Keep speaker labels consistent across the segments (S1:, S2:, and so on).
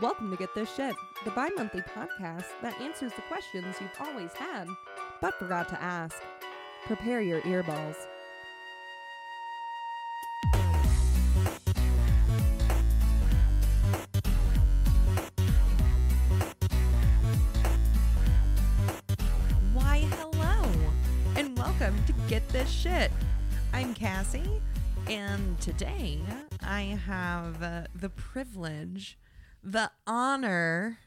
S1: Welcome to Get This Shit, the bi monthly podcast that answers the questions you've always had but forgot to ask. Prepare your earballs. Why, hello, and welcome to Get This Shit. I'm Cassie, and today I have uh, the privilege, the honor,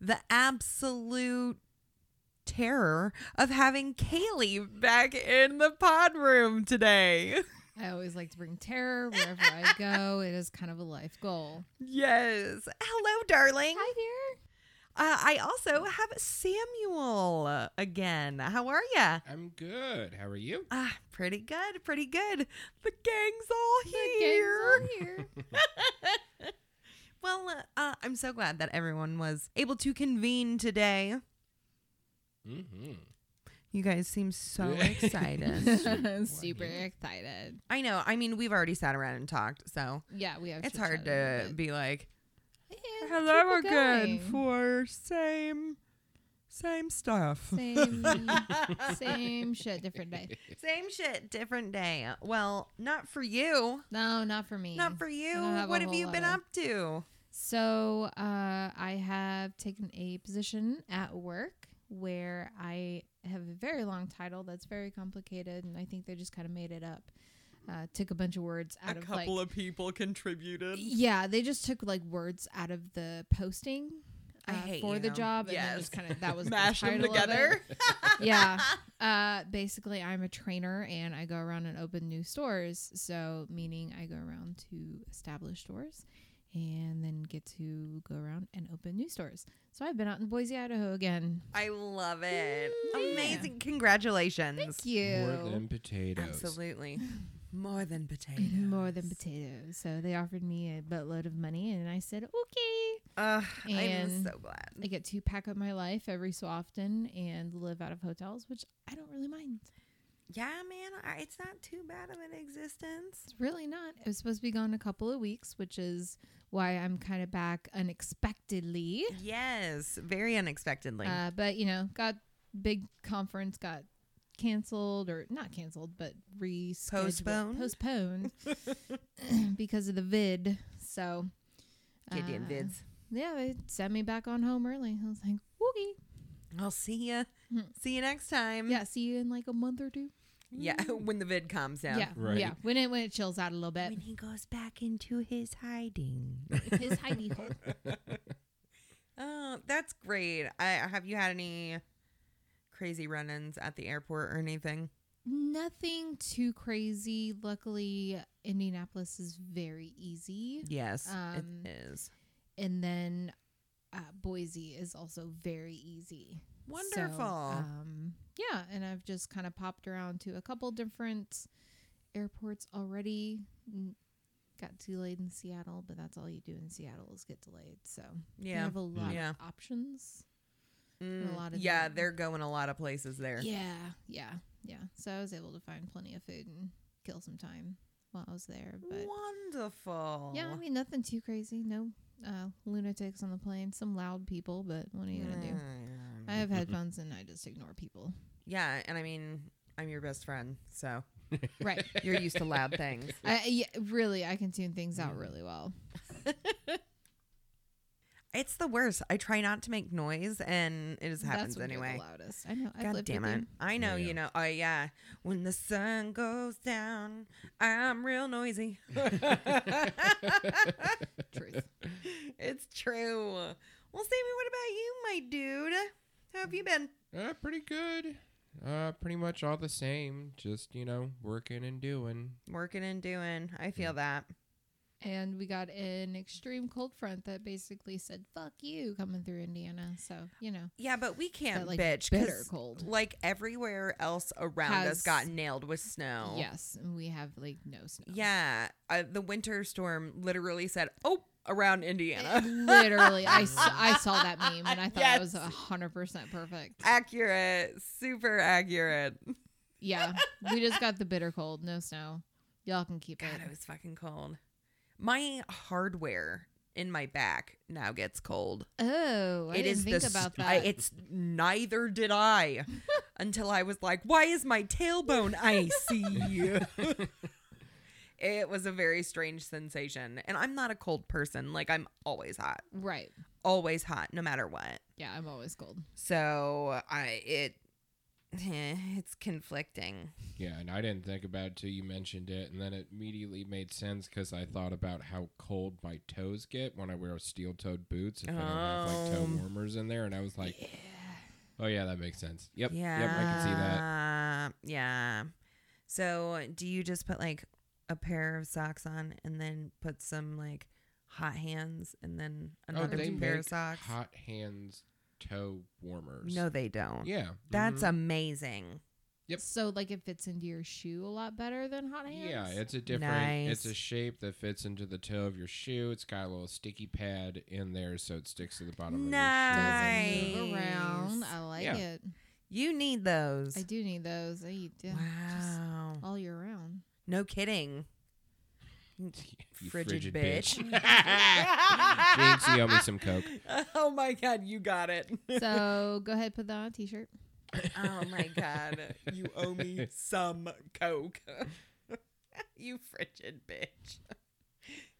S1: the absolute terror of having Kaylee back in the pod room today.
S2: I always like to bring terror wherever I go. It is kind of a life goal.
S1: Yes. Hello, darling.
S2: Hi, dear.
S1: Uh, I also have Samuel uh, again. How are ya?
S3: I'm good. How are you?
S1: Ah, pretty good, pretty good. The gang's all
S2: The
S1: here.
S2: gang's all here.
S1: Well, uh, I'm so glad that everyone was able to convene today.
S3: Mm-hmm.
S1: You guys seem so
S3: Yeah.
S1: excited.
S2: Super excited.
S1: I know. I mean, we've already sat around and talked, so
S2: Yeah, we have.
S1: it's hard
S2: chit-chatted a
S1: to
S2: bit.
S1: be like,
S2: And
S1: "Hello
S2: keep it
S1: again
S2: going.
S1: for same, same stuff,
S2: Same, same shit, different day.
S1: same shit, different day." Well, not for you.
S2: No, not for me.
S1: Not for you.
S2: don't have a
S1: What have
S2: whole
S1: you been
S2: lot of-
S1: up to?
S2: So uh, I have taken a position at work where I have a very long title that's very complicated, and I think they just kind of made it up. Uh, took a bunch of words out of like
S1: of people contributed.
S2: yeah, they just took like words out of the posting
S1: I
S2: uh,
S1: hate
S2: for the
S1: you.
S2: job, and
S1: Yes.
S2: then just kind of that was
S1: Mashed
S2: the
S1: them
S2: title of it.
S1: together.
S2: yeah. Uh, basically, I'm a trainer and I go around and open new stores. So, meaning I go around to established stores and then get to go around and open new stores. So, I've been out in Boise, Idaho again.
S1: I love it.
S2: Yeah.
S1: Amazing. Congratulations.
S2: Thank you.
S3: More than potatoes.
S1: Absolutely. More than potatoes.
S2: More than potatoes. So, they offered me a buttload of money and I said, okay.
S1: Uh, I'm
S2: And-
S1: so glad.
S2: I get to pack up my life every so often and live out of hotels, which I don't really mind.
S1: Yeah, man. I, it's not too bad of an existence.
S2: It's really not. It was supposed to be gone a couple of weeks, which is why I'm kind of back unexpectedly.
S1: Yes. Very unexpectedly.
S2: Uh, but you know, got big conference got canceled or not canceled, but rescheduled,
S1: Postponed?
S2: postponed because of the vid. So
S1: Get in
S2: uh,
S1: vids.
S2: Yeah, they sent me back on home early. I was like, woogie.
S1: I'll see ya.
S2: Hmm.
S1: See you next time.
S2: Yeah, see you in like a month or two.
S1: Yeah. When the vid comes down.
S2: yeah,
S3: Right.
S2: yeah. When it when it chills out a little bit,
S1: When he goes back into his hiding.
S2: his hidey hole.
S1: Oh, that's great. I have you had any crazy run-ins at the airport or anything?
S2: Nothing too crazy. Luckily, Indianapolis is very easy.
S1: Yes,
S2: Um,
S1: it is.
S2: And then uh, Boise is also very easy. So,
S1: Wonderful.
S2: um, yeah. And I've just kind of popped around to a couple different airports already. Mm, Got delayed in Seattle, but that's all you do in Seattle is get delayed. So you
S1: yeah.
S2: have a lot
S1: Yeah.
S2: of options.
S1: Mm,
S2: a lot of
S1: yeah,
S2: them.
S1: they're going a lot of places there.
S2: Yeah. Yeah. Yeah. So I was able to find plenty of food and kill some time while I was there. But
S1: Wonderful.
S2: Yeah, I mean nothing too crazy. No uh, lunatics on the plane. Some loud people, but what are you gonna do? I have headphones and I just ignore people.
S1: Mm. yeah, and I mean, I'm your best friend, so
S2: Right.
S1: you're used to loud things.
S2: I, yeah, really, I can tune things
S1: Mm.
S2: out really well.
S1: It's the worst. I try not to make noise, and it just happens
S2: That's when
S1: anyway.
S2: You're the loudest. I know. I've
S1: God
S2: lived
S1: damn
S2: with
S1: it.
S2: you.
S1: I know,
S3: Yeah.
S1: you know. Oh, yeah. When the sun goes down, I'm real noisy.
S2: Truth.
S1: it's true. Well, Sammy, what about you, my dude? How have you been?
S3: Uh, pretty good. Uh, pretty much all the same. Just you know, working and doing.
S1: Working and doing. I feel that.
S2: And we got an extreme cold front that basically said "fuck you" coming through Indiana. So you know,
S1: Yeah, but we can't
S2: But, like,
S1: bitch. 'cause,
S2: bitter cold.
S1: Like everywhere else around us
S2: Has-
S1: got nailed with snow.
S2: yes, and we have like no snow.
S1: Yeah. Uh, the winter storm literally said, oh, around Indiana.
S2: Literally, I, s- I saw that meme and I thought that was
S1: Yes.
S2: hundred percent perfect.
S1: accurate. Super accurate.
S2: Yeah, we just got the bitter cold, no snow. Y'all can keep
S1: God,
S2: it.
S1: it was fucking cold. My hardware in my back now gets cold.
S2: Oh, I
S1: It
S2: didn't
S1: is
S2: think
S1: the
S2: about
S1: st-
S2: that.
S1: I- it's neither did I until I was like, why is my tailbone icy? it was a very strange sensation. And I'm not a cold person. Like I'm always hot.
S2: right.
S1: Always hot no matter what.
S2: Yeah, I'm always cold.
S1: So I it eh, it's conflicting.
S3: Yeah, and I didn't think about it till you mentioned it, and then it immediately made sense because I thought about how cold my toes get when I wear steel-toed boots if I don't have like toe
S1: Um,
S3: warmers in there, and I was like,
S2: yeah.
S3: oh yeah, that makes sense. Yep,
S1: Yeah.
S3: yep, I can see that.
S1: Yeah. So do you just put like a pair of socks on and then put some like hot hands and then another
S3: Oh, they
S1: pair of
S3: make
S1: socks?
S3: Hot hands, toe warmers.
S1: No, they don't.
S3: yeah,
S1: That's
S3: mhm.
S1: amazing.
S3: Yep.
S2: So like it fits into your shoe a lot better than hot hands.
S3: Yeah, it's a different. It's a
S1: Nice.
S3: shape that fits into the toe of your shoe. It's got a little sticky pad in there, so it sticks to the bottom of your shoe.
S2: Doesn't move around.
S1: Nice.
S2: I like
S3: Yeah.
S2: it.
S1: You need those.
S2: I do need those. I eat them
S1: Wow.
S2: all year round.
S1: No kidding.
S3: You
S1: Frigid
S3: frigid
S1: bitch.
S3: Jinx, you owe me some coke.
S1: Oh my god, you got it.
S2: So go ahead, put that on a t-shirt.
S1: Oh my god. You owe me some coke. you frigid bitch.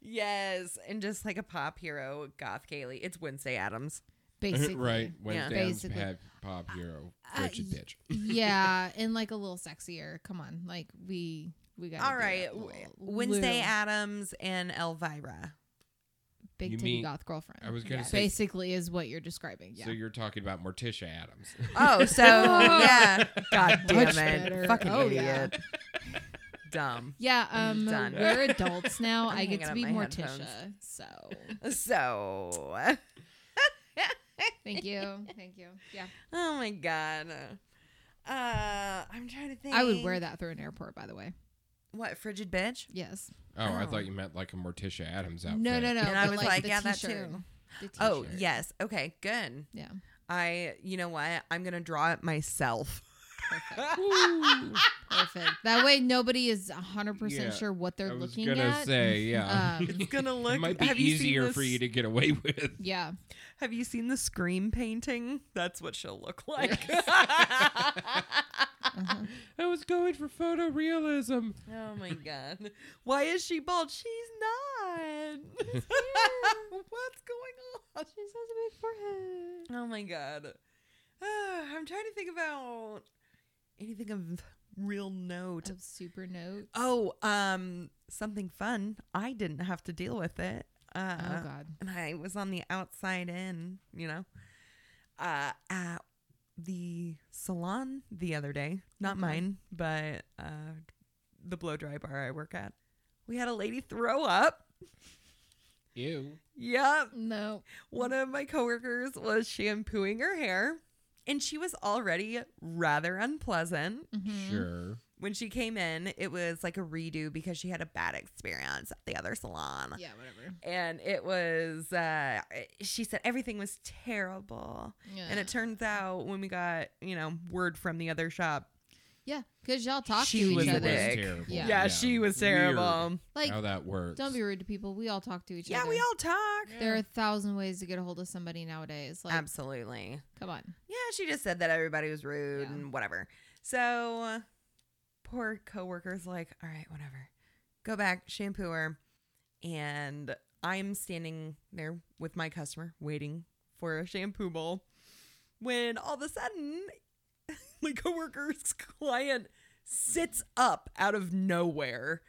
S1: Yes, and just like a pop hero, Goth Kaylee. It's Wednesday Adams.
S2: Basically.
S3: right. Wednesday yeah.
S2: Basically.
S3: pop hero,
S2: Uh,
S3: frigid
S2: y-
S3: bitch.
S2: yeah, and like a little sexier. Come on, like we we got.
S1: All right, w- Wednesday Adams and Elvira.
S2: big
S3: You
S2: titty
S3: mean-
S2: goth girlfriend.
S3: I was
S2: Yeah.
S3: gonna say-
S2: basically is what you're describing. Yeah.
S3: So you're talking about Morticia Adams.
S1: Oh, so
S2: Oh.
S1: yeah. God damn
S2: Much
S1: it.
S2: better.
S1: Fucking
S2: Oh, yeah.
S1: idiot. Dumb.
S2: yeah,
S1: I'm
S2: um,
S1: done.
S2: we're adults now.
S1: I'm
S2: I
S1: hanging
S2: get to
S1: up
S2: be
S1: my
S2: Morticia,
S1: headphones.
S2: so
S1: So,
S2: thank you, thank you. Yeah,
S1: oh my god. Uh, I'm trying to think.
S2: I would wear that through an airport, by the way.
S1: What frigid bitch?
S2: Yes.
S3: Oh, I
S1: Oh.
S3: thought you meant like a Morticia Adams outfit.
S2: No, no, no.
S1: And I
S2: but,
S1: was like,
S2: the
S1: yeah, that
S2: t-shirt.
S1: too.
S2: The t-shirt.
S1: Oh yes. Okay. Good.
S2: Yeah.
S1: I. You know what? I'm gonna draw it myself.
S2: Perfect. Perfect. That way, nobody is 100%
S3: Yeah,
S2: sure what they're
S3: I was
S2: looking
S3: gonna
S2: at.
S3: say, yeah.
S2: Um,
S1: It's gonna look.
S3: it might be
S1: have you
S3: easier
S1: seen
S3: for
S1: this-
S3: you to get away with.
S2: yeah.
S1: Have you seen the scream painting? That's what she'll look like.
S2: Uh-huh.
S3: I was going for photorealism.
S1: Oh my god. Why is she bald? She's not. What's going on? She has a big forehead. Oh my god. Ah, I'm trying to think about anything of real note.
S2: Of super notes.
S1: Oh, um something fun. I didn't have to deal with it. Uh,
S2: Oh, God.
S1: and I was on the outside in, you know, uh, at the salon the other day. Not
S2: Okay.
S1: mine, but uh, the blow dry bar I work at. We had a lady throw up.
S3: Ew.
S1: Yep.
S2: No.
S1: One of my coworkers was shampooing her hair, and she was already rather unpleasant.
S2: Mhm.
S3: Sure.
S1: When she came in, it was like a redo because she had a bad experience at the other salon.
S2: Yeah, whatever.
S1: And it was, uh, she said everything was terrible.
S2: Yeah.
S1: And it turns out when we got, you know, word from the other shop,
S2: yeah, because y'all talk
S1: She
S2: to
S1: was
S2: each
S1: a
S2: other.
S1: dick.
S3: terrible.
S2: Yeah.
S1: she was
S3: Weird
S1: terrible.
S2: Like,
S3: how that works.
S2: don't be rude to people. We all talk to each
S1: Yeah,
S2: other.
S1: we all talk.
S2: There are a thousand ways to get a hold of somebody nowadays. Like,
S1: Absolutely.
S2: come on.
S1: Yeah, she just said that everybody was rude
S2: Yeah.
S1: and whatever. So poor coworker's like, all right, whatever. Go back, shampoo her. And I'm standing there with my customer waiting for a shampoo bowl when all of a sudden my coworker's client sits up out of nowhere.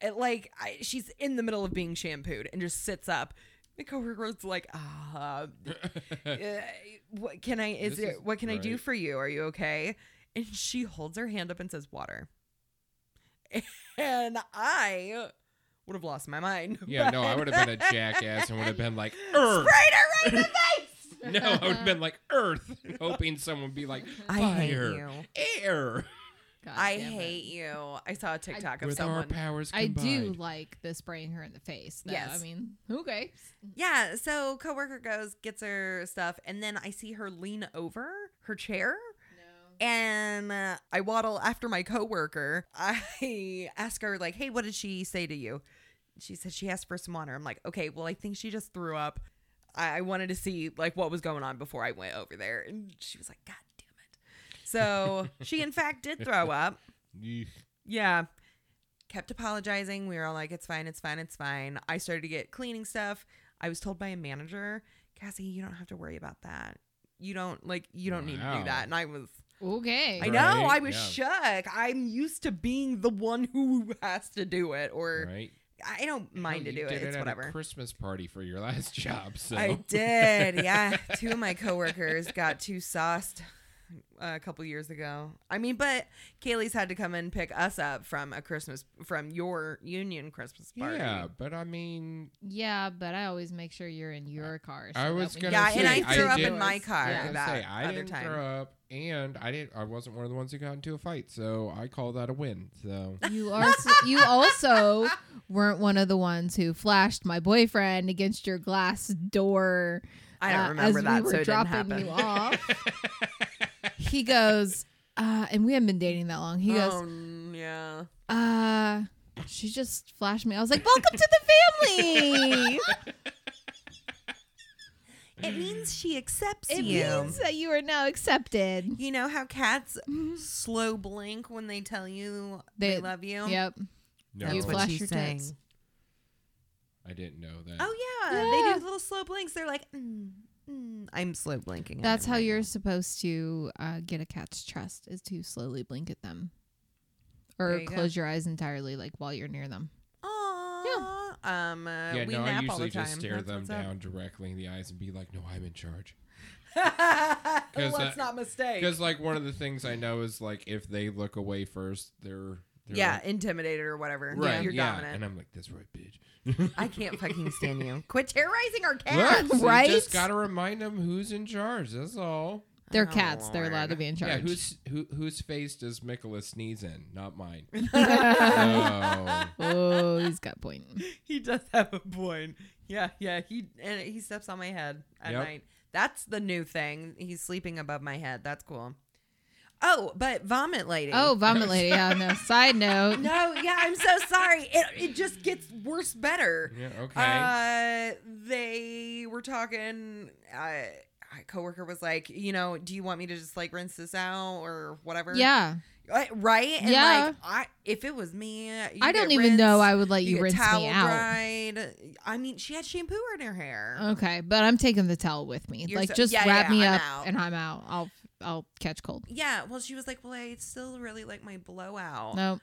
S1: It, like I, she's in the middle of being shampooed and just sits up. My coworker's like, ah, uh, what can I is
S3: This
S1: there
S3: is
S1: what can I do
S3: right.
S1: for you? Are you okay? And she holds her hand up and says water. And I would have lost my mind.
S3: yeah, no, I
S1: but-
S3: would have been a jackass and would have been like, Earth.
S1: sprayed her right in the face.
S3: No, I would have been like, Earth, hoping someone would be like,
S1: I hate
S3: Fire.
S1: you.
S3: air.
S2: God
S1: I
S2: damn it.
S1: hate you. I saw a TikTok of
S3: With our
S1: someone.
S3: powers
S2: I
S3: combined.
S2: do like the spraying her in the face. Though.
S1: Yes.
S2: I mean, okay.
S1: yeah, so coworker goes, gets her stuff, and then I see her lean over her chair.
S2: No.
S1: And uh, I waddle after my coworker. I ask her like, "Hey, what did she say to you?" she said she asked for some water. I'm like, okay, well, I think she just threw up. I, I wanted to see like what was going on before I went over there, and she was like, God damn it! So she in fact did throw up.
S3: Yeesh.
S1: Yeah. Kept apologizing. We were all like, it's fine, it's fine, it's fine. I started to get cleaning stuff. I was told by a manager, Cassie, you don't have to worry about that. You don't like you don't need to
S3: Wow.
S1: do that. And I was
S2: Okay.
S1: I know,
S3: Right,
S1: I was shook. I'm used to being the one who has to do it or
S3: Right?
S1: I don't mind
S3: Hell,
S1: to
S3: you
S1: do it.
S3: did
S1: It's
S3: at
S1: whatever.
S3: A Christmas party for your last job. So
S1: I did. Yeah. Two of my coworkers got too sauced uh, a couple years ago. I mean, but Kaylee's had to come and pick us up from a Christmas from your union Christmas party.
S3: Yeah, but I mean,
S2: Yeah, but I always make sure you're in your car.
S3: I
S2: that
S3: was
S2: when
S3: gonna
S2: you
S1: Yeah,
S2: get
S1: and I
S2: yours-
S3: I
S1: threw up in
S3: did-
S1: my car
S3: I was
S2: Yeah.
S3: gonna
S1: that
S3: say, I
S1: other
S3: didn't
S1: time.
S3: throw up, and I didn't. I wasn't one of the ones who got into a fight, so I call that a win. So
S2: You also you also weren't one of the ones who flashed my boyfriend against your glass door.
S1: I don't
S2: uh,
S1: remember
S2: as
S1: that,
S2: we were
S1: so it didn't
S2: dropping
S1: happen.
S2: you off. He goes, uh, and we haven't been dating that long. He goes,
S1: Oh, mm, yeah.
S2: uh, she just flashed me. I was like, welcome to the family.
S1: It means she accepts
S2: it
S1: you.
S2: means that you are now accepted.
S1: you know how cats slow blink when they tell you they,
S2: They-
S1: love you?
S2: Yep.
S3: no,
S2: You
S1: That's what
S2: flush
S1: she's
S2: your
S1: saying.
S2: tits.
S3: I didn't know that.
S1: Oh yeah, they
S2: Yeah.
S1: do little slow blinks. They're like, mm, mm. I'm slow blinking. at
S2: That's
S1: him
S2: how
S1: right
S2: you're
S1: now.
S2: supposed to uh, get a cat's trust is to slowly blink at them
S1: There
S2: or
S1: you go. Oh,
S2: close your eyes entirely like while you're near them.
S1: Aww. Um, uh,
S3: yeah,
S1: we
S3: no, I
S1: nap all
S3: usually
S1: the time.
S3: just stare
S1: That's
S3: them
S1: what's up.
S3: down directly in the eyes and be like, "No, I'm in charge."
S1: Let's
S3: that-
S1: not mistake.
S3: Because like one of the things I know is like if they look away first, they're, they're
S1: yeah,
S3: like,
S1: intimidated or whatever.
S3: right,
S1: yeah, you're
S3: yeah. and
S1: dominant.
S3: I'm like, "That's right, bitch."
S1: I can't fucking stand you. Quit terrorizing our cat.
S3: Look, so
S2: Right?
S3: You just gotta remind them who's in charge. That's all.
S2: They're
S1: Oh,
S2: cats. They're
S1: Lord.
S2: allowed to be in charge.
S3: Yeah, whose who, whose face does Nicholas sneeze in? Not mine. so,
S2: oh, he's got point.
S1: he does have a point. Yeah, yeah. He and he steps on my head at
S3: Yep.
S1: night. That's the new thing. He's sleeping above my head. That's cool. Oh, but vomit lady.
S2: Oh, vomit lady. Yeah, no. Side note.
S1: no, yeah. I'm so sorry. It it just gets worse, better.
S3: yeah, okay.
S1: Uh, they were talking. Uh, my coworker was like, you know, do you want me to just like rinse this out or whatever?
S2: Yeah.
S1: Uh, right. And
S2: Yeah.
S1: Like, I if it was me, you
S2: I
S1: get
S2: don't even know
S1: rinsed,
S2: I would let you,
S1: get
S2: rinse
S1: towel
S2: me out.
S1: dried. I mean, she had shampoo in her hair.
S2: Okay, but I'm taking the towel with me.
S1: You're
S2: like
S1: so-
S2: just
S1: yeah,
S2: wrap
S1: yeah,
S2: me
S1: I'm
S2: up
S1: out.
S2: and I'm out. I'll I'll catch cold.
S1: yeah. Well, she was like, well, I still really like my blowout.
S2: No.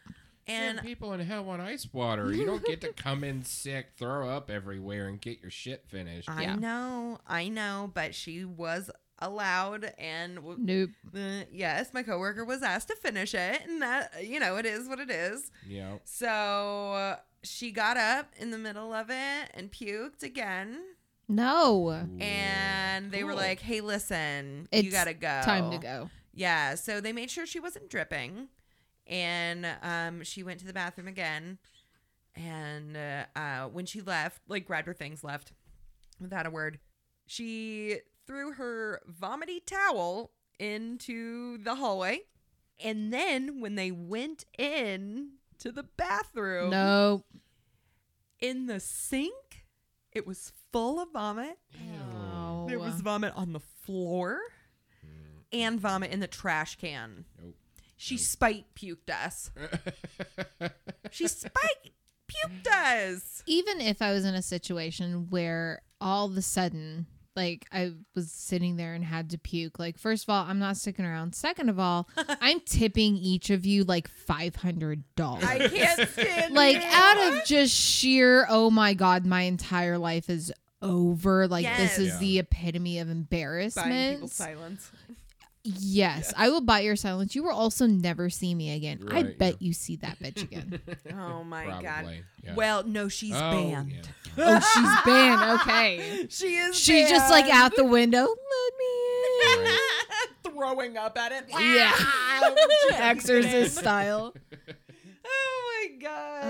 S3: Man,
S1: And
S3: people in hell want ice water. You don't get to come in sick, throw up everywhere, and get your shit finished.
S1: I
S2: Yeah.
S1: know, I know, but she was allowed and w-
S2: Nope.
S1: Uh, yes, my coworker was asked to finish it, and that you know it is what it is.
S3: Yeah.
S1: So uh, she got up in the middle of it and puked again,
S2: No.
S1: and they were
S3: Cool.
S1: like, "Hey, listen, you
S2: It's
S1: gotta go.
S2: Time to go.
S1: Yeah. So they made sure she wasn't dripping, and um, she went to the bathroom again. And uh, uh, when she left, like grabbed her things, left without a word. She threw her vomity towel into the hallway, and then when they went in to the bathroom,
S2: No.
S1: in the sink, it was full of vomit.
S2: Oh.
S1: There was vomit on the floor and vomit in the trash can.
S3: Nope.
S1: She spite puked us.
S3: Ew.
S1: She spite puked us.
S2: even if I was in a situation where all of a sudden, like I was sitting there and had to puke, like first of all, I'm not sticking around. Second of all, I'm tipping each of you like five hundred dollars.
S1: I can't stand
S2: Like
S1: you.
S2: out of just sheer, oh my god, my entire life is over. Like this is
S3: Yes.
S2: the epitome of
S1: buying people's
S2: embarrassment.
S1: silence.
S2: Yes, I will bite your silence. You will also never see me again. I
S3: Right,
S2: bet you see that bitch again.
S1: Oh my god.
S3: Probably. Yeah.
S1: Well, no, she's
S3: Oh,
S1: banned.
S3: yeah.
S2: oh, she's banned. Okay.
S1: She is.
S2: She's just like
S1: banned.
S2: out the window. Let me in.
S1: throwing up at it.
S2: Yeah. Exorcist
S1: Exorcist.
S2: style.
S1: Oh my god.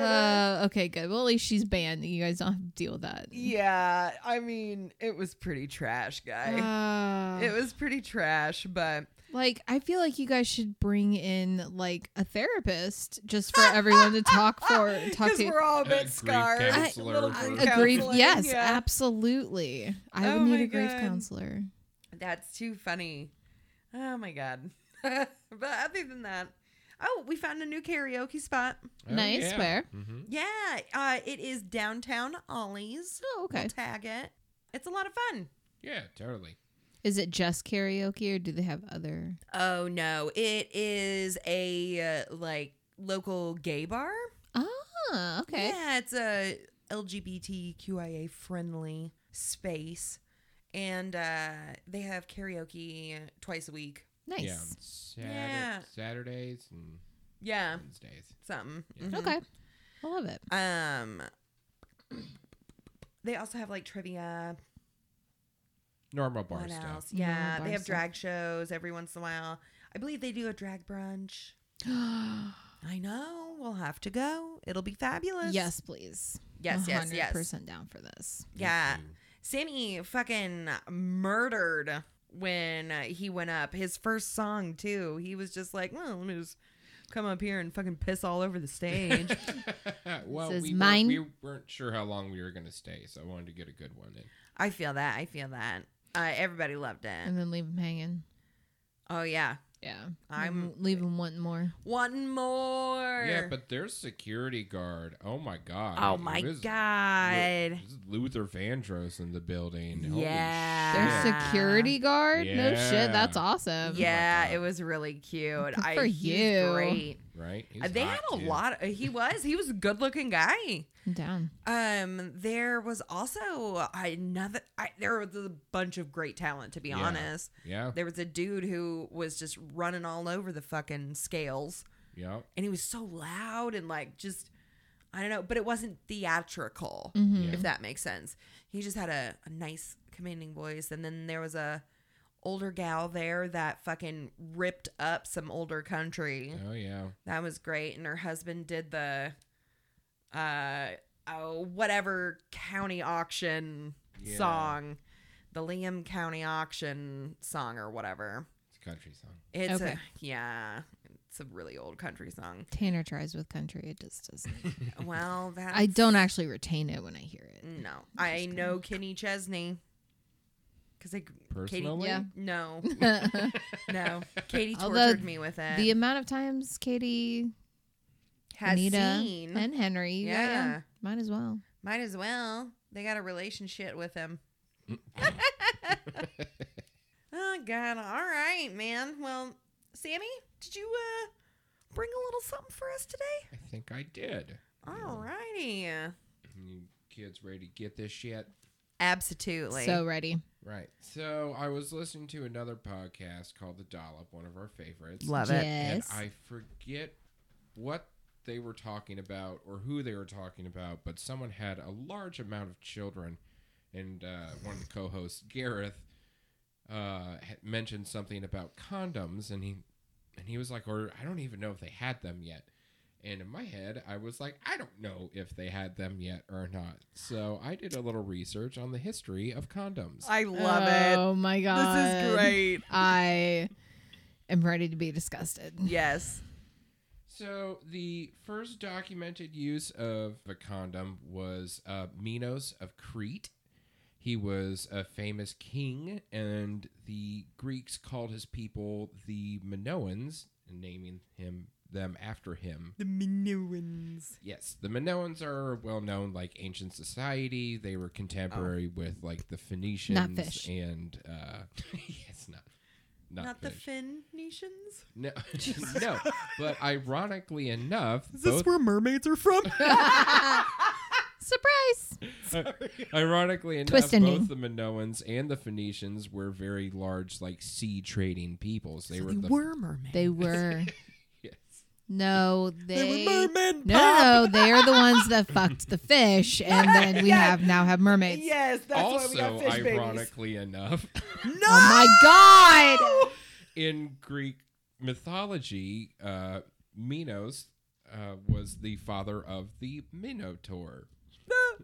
S2: Uh, okay, good. Well, at least she's banned. You guys don't have to deal with that.
S1: yeah, I mean, it was pretty trash, guy.
S2: Uh,
S1: It was pretty trash, but
S2: Like, I feel like you guys should bring in like a therapist just for everyone to talk for talk
S1: Because
S2: to.
S1: we're all a
S3: A
S1: bit
S3: grief
S1: scarred.
S3: counselor
S1: A little
S3: or-
S1: grief
S2: a grief,
S1: counseling,
S2: yes,
S1: yeah.
S2: absolutely. I
S1: Oh
S2: would need
S1: my
S2: a grief
S1: God.
S2: counselor.
S1: That's too funny. Oh my god. but other than that, oh, we found a new karaoke spot.
S3: Oh,
S2: Nice, where?
S3: hmm
S1: Yeah, uh, it is downtown Ollie's.
S2: Oh, okay.
S1: We'll tag it. It's a lot of fun.
S3: Yeah, totally.
S2: Is it just karaoke, or do they have other?
S1: Oh no, it is a uh, like local gay bar.
S2: Ah, okay.
S1: Yeah, it's a LGBTQIA friendly space, and uh, they have karaoke twice a week.
S2: Nice.
S3: Yeah, on Saturday,
S1: Yeah.
S3: Saturdays and
S1: Yeah,
S3: Wednesdays.
S1: something.
S3: Yeah.
S1: Mhm.
S2: Okay. I love it.
S1: Um, they also have like trivia.
S3: Normal bar
S1: what
S3: stuff.
S1: else?
S2: Yeah,
S1: Yeah,
S2: Mm-hmm. bar
S1: they have
S2: stuff.
S1: drag shows every once in a while. I believe they do a drag brunch. I know. We'll have to go. It'll be fabulous.
S2: yes, please.
S1: Yes. Yes. Yes.
S2: Percent down for this.
S3: Me
S1: Yeah.
S3: too.
S1: Sammy fucking murdered when uh, he went up. His first song too. He was just like, well, let me just come up here and fucking piss all over the stage.
S3: well,
S2: This is
S3: we, weren't-
S2: mine.
S3: we weren't sure how long we were going to stay, so I wanted to get a good one in.
S1: I feel that. I feel that. Uh, everybody loved it.
S2: And then leave them hanging.
S1: Oh yeah,
S2: Yeah.
S1: I'm-
S2: leave them wanting more.
S1: one more.
S3: Yeah, but their security guard, oh my god.
S1: Oh
S3: It
S1: my
S3: was-
S1: god.
S3: This is Luther Vandross in the building. Holy
S1: Yeah.
S2: Their
S3: shit.
S1: Yeah.
S2: security guard? No shit. That's
S3: Yeah.
S2: awesome.
S1: Yeah,
S3: Oh God.
S1: it was really cute.
S2: Good
S1: I,
S2: for
S1: he's
S2: you.
S1: Great.
S3: right? He's
S1: Uh, they had
S3: hot,
S1: a
S3: too.
S1: lot. Of, he was. He was a good-looking guy.
S2: I'm down.
S1: Um, there was also another. I, there was a bunch of great talent. To be
S3: Yeah.
S1: honest,
S3: Yeah,
S1: there was a dude who was just running all over the fucking scales,
S3: yeah,
S1: and he was so loud and like just, I don't know. But it wasn't theatrical.
S3: Mm-hmm.
S2: Mhm.
S1: if that makes sense. He just had a, a nice commanding voice, and then there was a older gal there that fucking ripped up some older country.
S3: Oh yeah.
S1: That was great, and her husband did the, uh, oh whatever county auction
S3: Yeah.
S1: song, the Liam County auction song or whatever.
S3: It's a country song.
S1: It's
S2: Okay.
S1: a, yeah, it's a really old country song.
S2: Tanner tries with country. It just doesn't.
S1: well, that
S2: I don't actually retain it when I hear it.
S1: No, I know Kenny Chesney. Cause I
S3: Personally?
S2: Yeah.
S1: No, Mm. no. Katie tortured
S2: Although
S1: me with it.
S2: the amount of times Katie,
S1: Has
S2: Anita,
S1: seen.
S2: and Henry, yeah, yeah,
S1: Yeah.
S2: might as well.
S1: Might as well. They got a relationship with him. oh God! All right, man. Well, Sammy, did you uh bring a little something for us today?
S3: I think I did.
S1: All righty.
S3: You kids ready to get this shit?
S1: Absolutely.
S2: So ready.
S3: Right. So I was listening to another podcast called The Dollop, one of our favorites.
S1: love it.
S2: Yes.
S3: And I forget what they were talking about or who they were talking about, but someone had a large amount of children, and uh, one of the co-hosts, Gareth, uh, had mentioned something about condoms, and he and he was like, "Or I don't even know if they had them yet." And in my head, I was like, "I don't know if they had them yet or not." So I did a little research on the history of condoms.
S1: I love
S2: Oh my
S1: it.
S2: god.
S1: This is great.
S2: I am ready to be disgusted.
S1: Yes.
S3: So the first documented use of a condom was uh, Minos of Crete. He was a famous king, and the Greeks called his people the Minoans, naming him them after him.
S1: The Minuans.
S3: Yes, the Minoans are a well-known like ancient society. They were
S1: Oh.
S3: contemporary with like the Phoenicians
S2: fish.
S3: and uh, yes, not not,
S1: Not the
S3: fish.
S1: Phoenicians.
S3: no, no. But ironically enough, both
S1: where mermaids are from?
S2: Surprise.
S3: Ironically enough,
S2: Twist ending.
S3: both the Minoans and the Phoenicians were very large, like sea trading peoples. They were the
S1: mermaids.
S2: They were.
S3: Yes.
S2: No, they.
S1: mermen.
S2: no, no, they are the ones that fucked the fish, and then we have now have mermaids.
S1: Yes, that's why
S3: also
S1: we got fish babies.
S3: ironically enough,
S1: No.
S2: Oh my god!
S3: in Greek mythology, uh, Minos uh, was the father of the Minotaur.
S1: The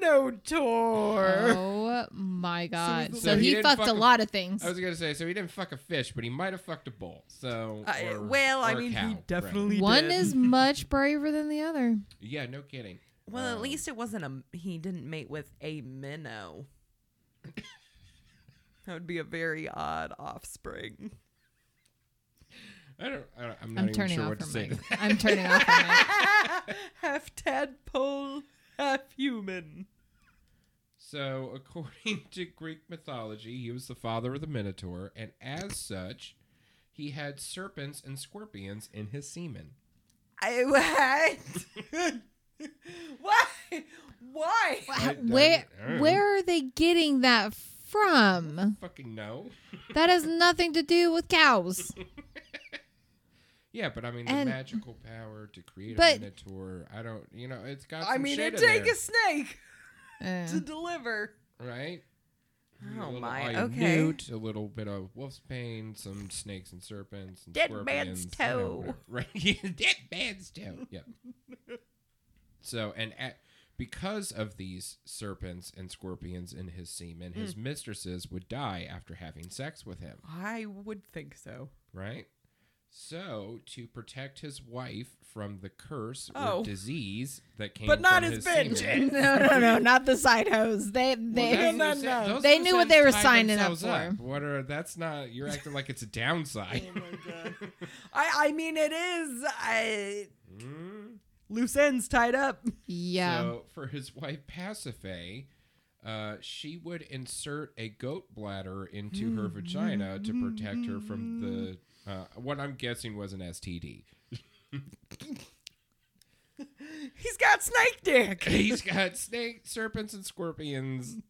S1: Minotaur.
S2: Oh my god.
S3: was-
S2: So,
S3: so he
S2: he,
S3: didn't
S2: fucked
S3: fuck
S2: a
S3: him.
S2: lot of things.
S3: I was gonna say, so he didn't fuck a fish, but he might have fucked a bull. So,
S1: Uh,
S3: or-
S1: well, I
S3: or a
S1: mean, he
S3: cow, right.
S1: definitely- he
S2: One
S1: did.
S2: is much braver than the other.
S3: Yeah, no kidding.
S1: Well,
S3: Um,
S1: at least it wasn't a. He didn't mate with a minnow. that would be a very odd offspring.
S3: I don't. I don't I'm not
S2: I'm
S3: even
S2: turning
S3: sure
S2: off
S3: what to
S2: her
S3: say.
S2: mic.
S3: to that.
S2: I'm turning off her mic.
S1: half tadpole, half human.
S3: So, according to Greek mythology, he was the father of the Minotaur, and as such, he had serpents and scorpions in his semen.
S1: I what? Why? Why?
S2: Wha-
S3: don't-
S2: Where
S3: I don't
S2: where are they getting that from?
S3: Fucking no.
S2: That has nothing to do with cows.
S3: Yeah, but I mean, the
S2: And-
S3: magical power to create a
S2: But-
S3: Minotaur. I don't. You know, it's got. Some
S1: I mean,
S3: shit
S1: it
S3: in
S1: take
S3: there,
S1: a snake
S2: Uh,
S1: to deliver.
S3: right. A
S1: Oh
S3: little
S1: my,
S3: eye of
S1: okay.
S3: newt, a little bit of wolf's pain, some snakes and serpents, and
S1: Dead
S3: scorpions,
S1: man's
S3: you know,
S1: toe.
S3: whatever, right? Yeah, Dead man's toe. Yep. so and at, because of these serpents and scorpions in his semen, his
S1: Mm.
S3: mistresses would die after having sex with him,
S1: I would think so.
S3: right? So to protect his wife from the curse
S1: Oh.
S3: or disease that came,
S1: But not
S3: from
S1: his
S3: semen-
S1: vengeance.
S2: no, no, no, not the side hose. They
S3: Well,
S2: they
S3: that's what I'm
S1: no,
S3: saying.
S1: no.
S3: Those
S2: They
S3: two
S2: knew what
S3: things
S2: they were
S3: tie
S2: signing up
S3: themselves up.
S2: for.
S3: What are that's not you're acting like it's a downside.
S1: Oh, I I mean, it is I,
S3: Mm.
S1: loose ends tied up.
S2: Yeah.
S3: So for his wife Pasiphae, uh, she would insert a goat bladder into her vagina to protect her from
S1: Mm-hmm.
S3: the uh, what I'm guessing was an STD.
S1: He's got snake dick.
S3: He's got snake, serpents, and scorpions in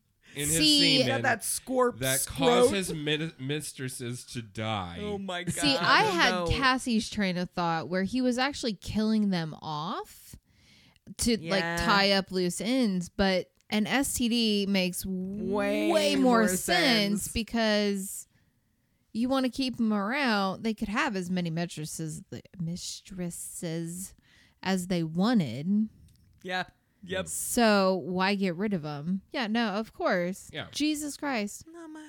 S3: his
S2: See- He's got
S3: semen
S1: that scorp.
S3: that
S1: scrote.
S3: causes min- mistresses to die.
S1: Oh my god.
S2: See, I had
S1: no.
S2: Cassie's train of thought where he was actually killing them off to
S1: Yeah.
S2: like tie up loose ends, but an STD makes way,
S1: Way
S2: more,
S1: more
S2: sense,
S1: sense.
S2: because you want to keep them around. They could have as many mistresses mistresses as they wanted.
S1: Yeah. Yep.
S2: So why get rid of them? Yeah, no, of course.
S3: Yeah.
S2: Jesus Christ.
S1: No, my,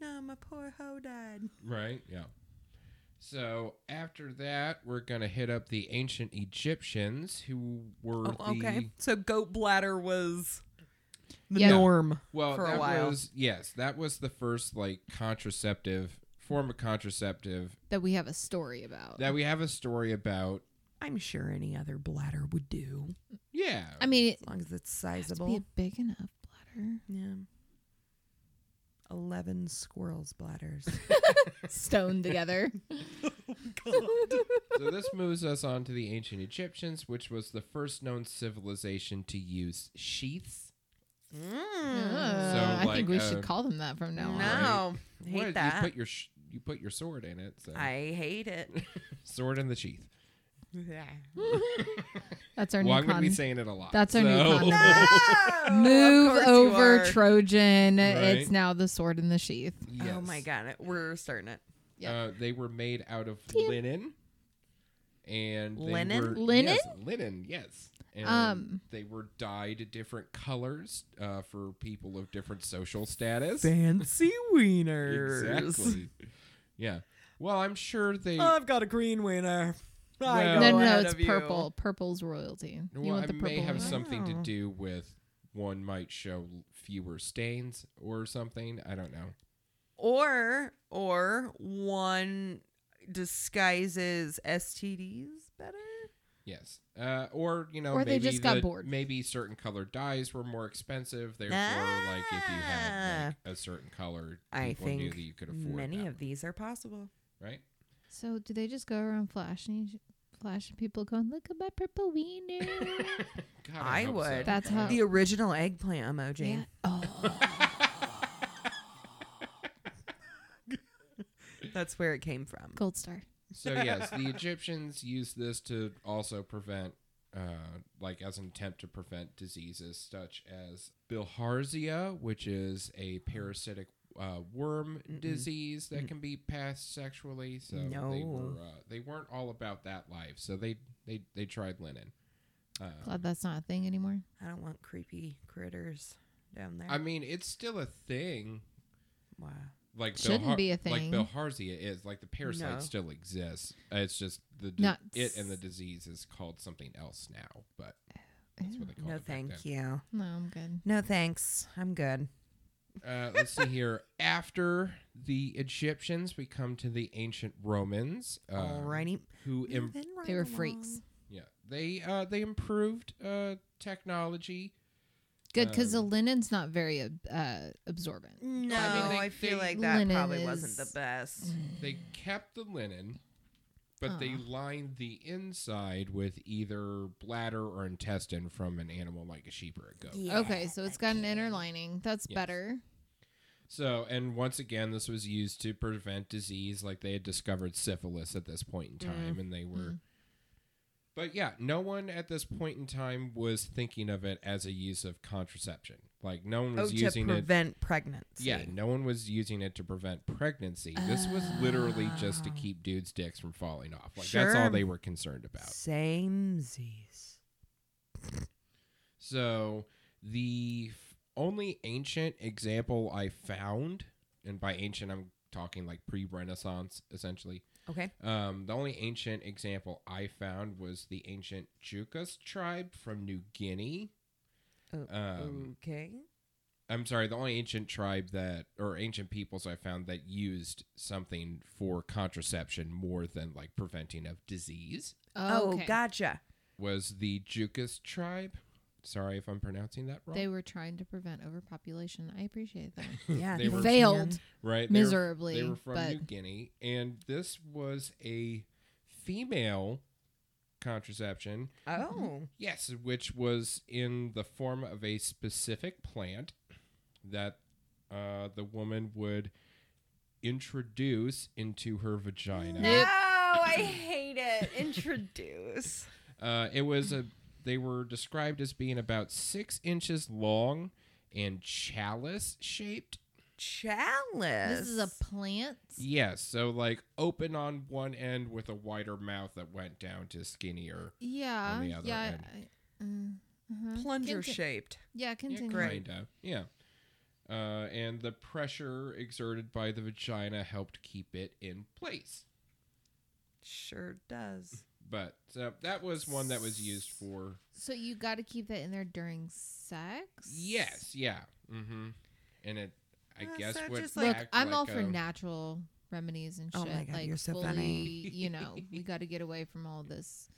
S1: no, my poor hoe died.
S3: Right? Yeah. So after that, we're going to hit up the ancient Egyptians who were
S1: Oh,
S3: the
S1: okay. So goat bladder was the
S2: Yeah.
S1: norm.
S3: well,
S1: For a
S3: that
S1: while.
S3: was yes, that was the first like contraceptive form of contraceptive
S2: That we have a story about.
S3: that we have a story about.
S1: I'm sure any other bladder would do,
S3: Yeah.
S2: I mean,
S1: as long as it's
S2: has to be
S1: sizable.
S2: a big enough bladder.
S1: yeah. Eleven squirrels bladders.
S2: Stoned together.
S3: so this moves us on to the ancient Egyptians, which was the first known civilization to use sheaths. Mm.
S2: Uh,
S3: So,
S2: I
S3: like,
S2: think we
S3: uh,
S2: should call them that from now on.
S1: no, hate
S3: Well,
S1: that.
S3: You put your sh- you put your sword in it. So.
S1: I hate it.
S3: sword in the sheath.
S1: Yeah.
S2: That's our
S3: well,
S2: new
S3: I'm going to be
S2: con-
S3: saying it a lot.
S2: That's our new
S3: so-
S2: con- Oh,
S1: No! Of
S2: Move
S1: course you
S2: over,
S1: are.
S2: Trojan. It's
S3: Right.
S2: now the sword in the sheath.
S1: Oh my
S3: Yes.
S1: god, we're starting it.
S2: Yep.
S3: Uh, they were made out of linen, and they
S1: Linen?
S3: were-
S2: Linen?
S3: yes, linen, yes. And
S2: Um.
S3: they were dyed different colors uh, for people of different social status.
S1: Fancy wieners. Oh,
S3: Exactly. yeah. Well, I'm sure they.
S2: Um,
S1: I've got a green wiener. I
S3: Well-
S1: go
S2: no, no, no,
S1: ahead
S2: it's
S1: of you.
S2: purple. Purple's royalty. you
S3: well,
S2: want
S3: I
S2: the purple?
S3: may have
S2: one?
S3: something to
S1: Oh.
S3: do with one might show fewer stains or something. I don't know.
S1: Or or one disguises STDs better.
S3: Yes. Uh, or you know,
S2: Or
S3: maybe
S2: they just got
S3: the-
S2: bored.
S3: Maybe certain colored dyes were more expensive. Therefore, like if you had like, a certain color,
S1: Ah. I
S3: people knew
S1: think
S3: that you could afford
S1: Many
S3: that
S1: of
S3: one,
S1: these are possible.
S3: Right.
S2: So do they just go around flashing, flashing people, going, "Look at my purple wiener."
S3: God,
S1: I
S3: hope
S1: would.
S2: That's how-
S1: The original eggplant emoji.
S2: Oh. yeah. Oh.
S1: That's where it came from.
S2: Gold star.
S3: So yes, the Egyptians used this to also prevent, uh, like as an attempt to prevent diseases such as bilharzia, which is a parasitic uh, worm disease that can be passed sexually. So they
S1: No.
S3: were uh, they weren't all about that life. So they they they tried linen. Uh,
S2: Glad that's not a thing anymore.
S1: I don't want creepy critters down there.
S3: I mean, it's still a thing.
S1: wow.
S3: Like
S2: Shouldn't
S3: Bill Har-
S2: be a
S3: Like
S2: thing.
S3: Bilharzia is like the parasite
S1: No.
S3: still exists. Uh, It's just the d-
S2: Not
S3: it and the
S2: s-
S3: disease is called something else now. But that's what they called
S1: No,
S3: it.
S1: thank
S3: back then.
S1: you.
S2: No, I'm good.
S1: No, thanks. I'm good.
S3: Uh, let's see here. After the Egyptians, we come to the ancient Romans. Uh,
S1: Alrighty.
S3: Who Im-
S1: Moving right
S2: They were
S1: along.
S2: freaks.
S3: yeah they uh, they improved uh, technology.
S2: Good, because the
S3: Um,
S2: linen's not very ab- uh, absorbent.
S1: No,
S3: I mean, they-
S1: I feel
S3: they-
S1: like that
S2: Linen
S1: probably wasn't
S2: is-
S1: the best.
S3: They kept the linen, but they
S2: Aw.
S3: lined the inside with either bladder or intestine from an animal like a sheep or a goat.
S1: Yeah,
S2: okay, so it's got an inner lining. That's
S3: Yes.
S2: better.
S3: So, and once again, this was used to prevent disease. Like they had discovered syphilis at this point in
S1: Mm-hmm.
S3: time, and they were. But yeah, no one at this point in time was thinking of it as a use of contraception. Like no one
S1: Oh,
S3: was
S1: to
S3: using it.
S1: prevent pregnancy.
S3: Yeah, no one was using it to prevent pregnancy. This was literally just to keep dudes' dicks from falling off. Like that's all
S1: Ah. Sure.
S3: they were concerned about.
S1: Same z's.
S3: So the f- only ancient example I found, and by ancient I'm talking like pre-Renaissance, essentially.
S1: Okay.
S3: Um, the only ancient example I found was the ancient Chukas tribe from New Guinea.
S1: Oh,
S3: Um,
S1: okay.
S3: I'm sorry, the only ancient tribe that, or ancient peoples I found that used something for contraception more than like preventing of disease
S1: Oh,
S2: okay.
S1: gotcha.
S3: was the Chukas tribe. Sorry if I'm pronouncing that wrong.
S2: They were trying to prevent overpopulation. I appreciate that.
S1: Yeah.
S3: Hmm. They were-
S2: Failed
S3: right? They were-
S2: miserably.
S3: They were from
S2: but
S3: New Guinea, and this was a female contraception.
S1: Oh.
S3: Yes, which was in the form of a specific plant that uh, the woman would introduce into her vagina.
S1: No, I hate it. Introduce.
S3: Uh, it was a. They were described as being about six inches long and chalice shaped.
S1: Chalice.
S2: this is a plant.
S3: Yes, so like open on one end with a wider mouth that went down to skinnier.
S2: Yeah.
S3: the other
S2: yeah.
S3: end.
S2: I- uh, uh-huh.
S1: plunger
S2: Conti-
S1: shaped.
S2: Yeah, continue.
S1: great.
S3: Kinda. Yeah. Uh, and the pressure exerted by the vagina helped keep it in place.
S1: Sure does.
S3: But so that was one that was used for
S2: So you got to keep that in there during sex.
S3: yes, yeah, mm-hmm. And it, I
S1: Uh,
S3: guess,
S1: so
S3: would
S1: just
S2: Look,
S1: like-
S3: act
S2: I'm
S3: like
S2: all for
S3: a-
S2: natural remedies and shit.
S1: Oh my God,
S2: like
S1: you're so
S2: fully,
S1: funny.
S2: you know, we got to get away from all this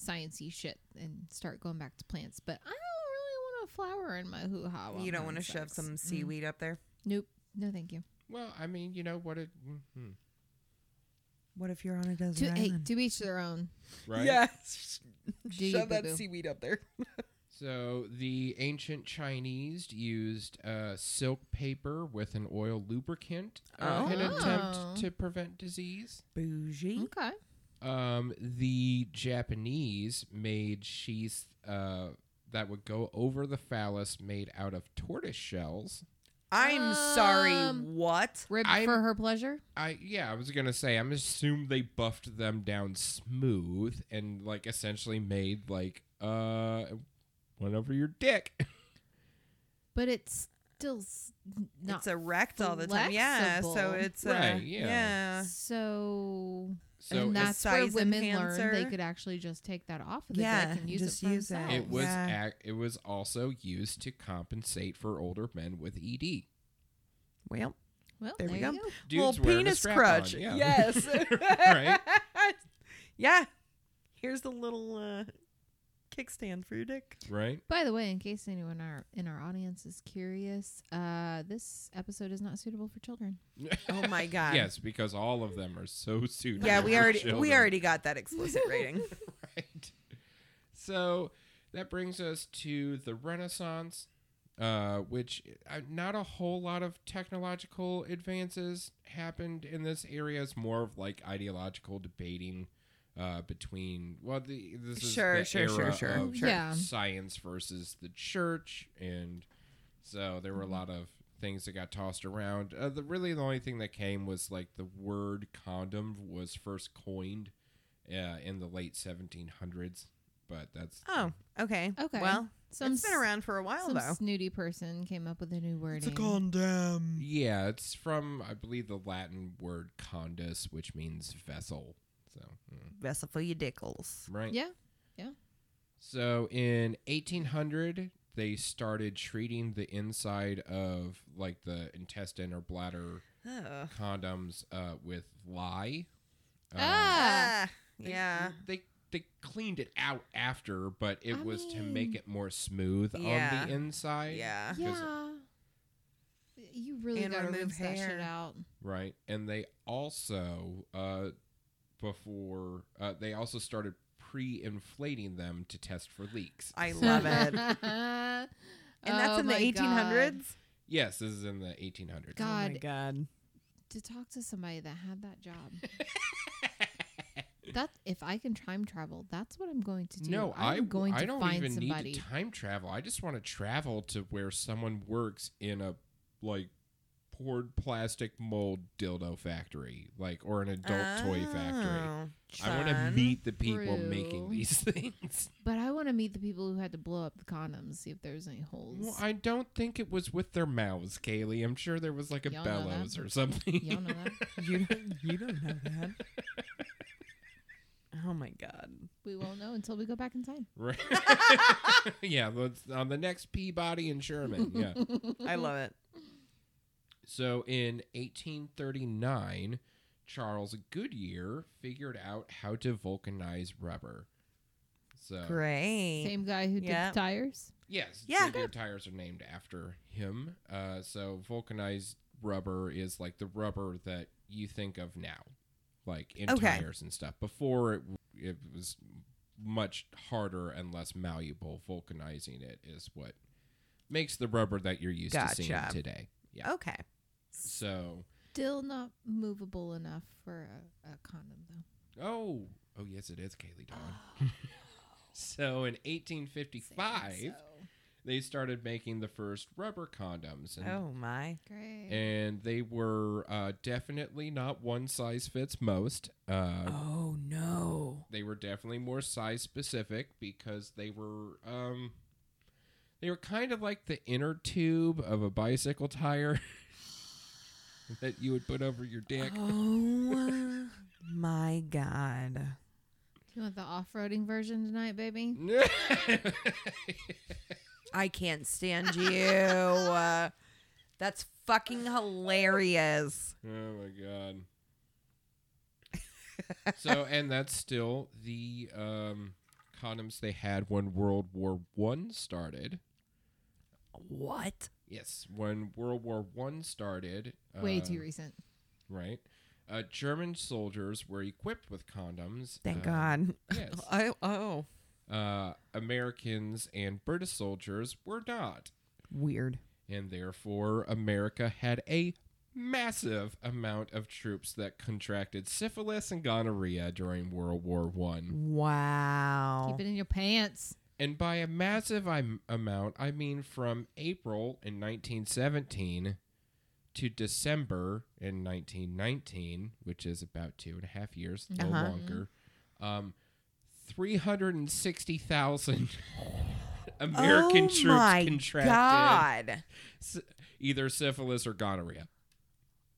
S2: sciencey shit and start going back to plants. But I don't really want a flower in my hoo ha.
S3: Oh,
S1: you don't want to shove some seaweed up there?
S2: Mm. Nope. No, thank you.
S3: Well, I mean, you know what? It, mhm.
S1: What if you're on a desert
S2: To, hey, to each their own.
S3: right?
S1: Yes.
S2: Do you,
S1: shove that
S2: boo-boo.
S1: seaweed up there.
S3: So the ancient Chinese used uh, silk paper with an oil lubricant uh, in an
S2: Oh.
S3: attempt to prevent disease.
S1: Bougie.
S2: Okay.
S3: Um, the Japanese made sheaths uh, that would go over the phallus made out of tortoise shells.
S1: I'm sorry.
S2: Um,
S1: What?
S2: Rib
S3: I'm-
S2: for her pleasure.
S3: I yeah, I was gonna say. I'm assume they buffed them down smooth and like essentially made like uh one over your dick.
S2: But it's still s- n- not.
S1: It's erect all the time. Yeah. So
S2: flexible.
S1: it's uh,
S3: Right, yeah.
S1: yeah.
S2: so.
S3: So
S2: and
S3: it-
S2: that's where
S1: size
S2: women learn they
S1: enhancer.
S2: could actually just take that off of the
S1: Yeah,
S2: dick and use
S1: just
S2: it for
S1: use it.
S2: themselves.
S3: It was
S1: Yeah.
S3: ac it was also used to compensate for older men with E ED.
S1: Well,
S2: Well,
S1: There we go.
S3: Dudes
S1: well,
S3: wearing a
S1: penis
S3: strap-on,
S1: crutch.
S3: yeah.
S1: Yes.
S3: Right?
S1: Yeah. Here's the little uh, kickstand for your dick.
S3: right?
S2: By the way, in case anyone in our in our audience is curious, uh, this episode is not suitable for children.
S1: Oh my god.
S3: Yes, because all of them are so suited.
S1: Yeah, we
S3: for
S1: already we
S3: children.
S1: already got that explicit rating.
S3: right. So that brings us to the Renaissance, uh, which uh, not a whole lot of technological advances happened in this area. It's more of like ideological debating uh, between well, the this is
S1: Sure,
S3: the
S1: sure, sure,
S3: era
S1: sure,
S3: of
S2: sure. Yeah.
S3: science versus the church, and so there were a
S2: Mm-hmm.
S3: lot of things that got tossed around. Uh, the really the only thing that came was like the word condom was first coined uh, in the late 1700s but that's
S1: Oh, okay.
S2: Okay.
S1: Well,
S2: Some
S1: it's been
S2: s-
S1: around for a while
S2: Some
S1: though.
S2: snooty person came up with a new word.
S4: condom.
S3: yeah, it's from I believe the Latin word condus, which means vessel. So mm,
S1: Vessel for your dickles.
S3: right.
S2: Yeah.
S3: So in 1800, they started treating the inside of like the intestine or bladder
S1: Oh.
S3: condoms uh, with lye. Um,
S2: Ah.
S1: Ah,
S3: they-
S1: yeah.
S3: They they cleaned it out after, but it
S2: I
S3: was to
S2: mean-
S3: make it more smooth
S1: Yeah.
S3: on the inside.
S1: Yeah.
S2: Yeah. You really
S1: And
S2: gotta
S1: remove
S2: rinse that shit
S1: hair.
S2: out.
S3: Right. And they also uh before uh, they also started pre-inflating them to test for leaks.
S1: I love it. And
S2: and Oh
S1: that's in the 1800s.
S3: Yes, this is in the 1800s.
S1: Oh my
S2: God,
S1: god.
S2: to talk to somebody that had that job. that if I can time travel, that's what I'm going to do.
S3: No, I
S2: I'm going to
S3: I don't
S2: find
S3: even
S2: somebody.
S3: need to time travel. I just want to travel to where someone works in a like poured plastic mold dildo factory, like or an adult toy factory.
S1: Oh,
S3: I want to meet the people making
S2: Ah, True.
S3: these things.
S2: but I want to meet the people who had to blow up the condoms, see if there's any holes.
S3: Well, I don't think it was with their mouths, Kaylee. I'm sure there was like a
S2: Y'all know that.
S3: bellows or something.
S2: Y'all know that.
S1: you. Don't, you don't know that. oh my god.
S2: We won't know until we go back in time.
S3: Right. yeah, let's, on the next Peabody and Sherman. Yeah.
S1: I love it.
S3: So in 1839, Charles Goodyear figured out how to vulcanize rubber. So
S1: Great.
S2: Same guy who
S1: Yeah.
S2: did the tires.
S3: yes,
S1: Yeah.
S3: Goodyear tires are named after him. Uh, so vulcanized rubber is like the rubber that you think of now, like in
S1: Okay.
S3: tires and stuff. Before it, it was much harder and less malleable. Vulcanizing it is what makes the rubber that you're used to seeing
S1: Gotcha.
S3: today. Yeah.
S1: Okay.
S3: So
S2: Still not movable enough for a, a condom, though.
S3: Oh, oh yes, it is Kaylee Dawn. so in 1855,
S2: Saying Oh, so.
S3: they started making the first rubber condoms, and,
S1: Oh my.
S2: Great.
S3: and they were uh, definitely not one size fits most. Uh,
S1: Oh no.
S3: They were definitely more size specific because they were um, they were kind of like the inner tube of a bicycle tire. That you would put over your dick.
S1: Oh my god.
S2: you want the off-roading version tonight, baby?
S1: Oh. I can't stand you. Uh, that's fucking hilarious.
S3: Oh my god. so and that's still the um condoms they had when World War One started.
S1: What?
S3: Yes, when World War One started.
S2: Way
S3: uh,
S1: Um,
S2: too recent.
S3: Right. Uh, German soldiers were equipped with condoms.
S1: Thank
S3: uh,
S1: God.
S3: Yes.
S1: I, oh,
S3: Uh, Americans and British soldiers were not,
S1: weird.
S3: and therefore America had a massive amount of troops that contracted syphilis and gonorrhea during World War One.
S1: Wow.
S2: Keep it in your pants.
S3: And by a massive im- amount, I mean from April in 1917 to December in 1919, which is about two and a half years, no
S1: Uh-huh.
S3: longer. Um, 360,000 American
S1: oh
S3: troops
S1: my
S3: contracted
S1: God.
S3: s- either syphilis or gonorrhea.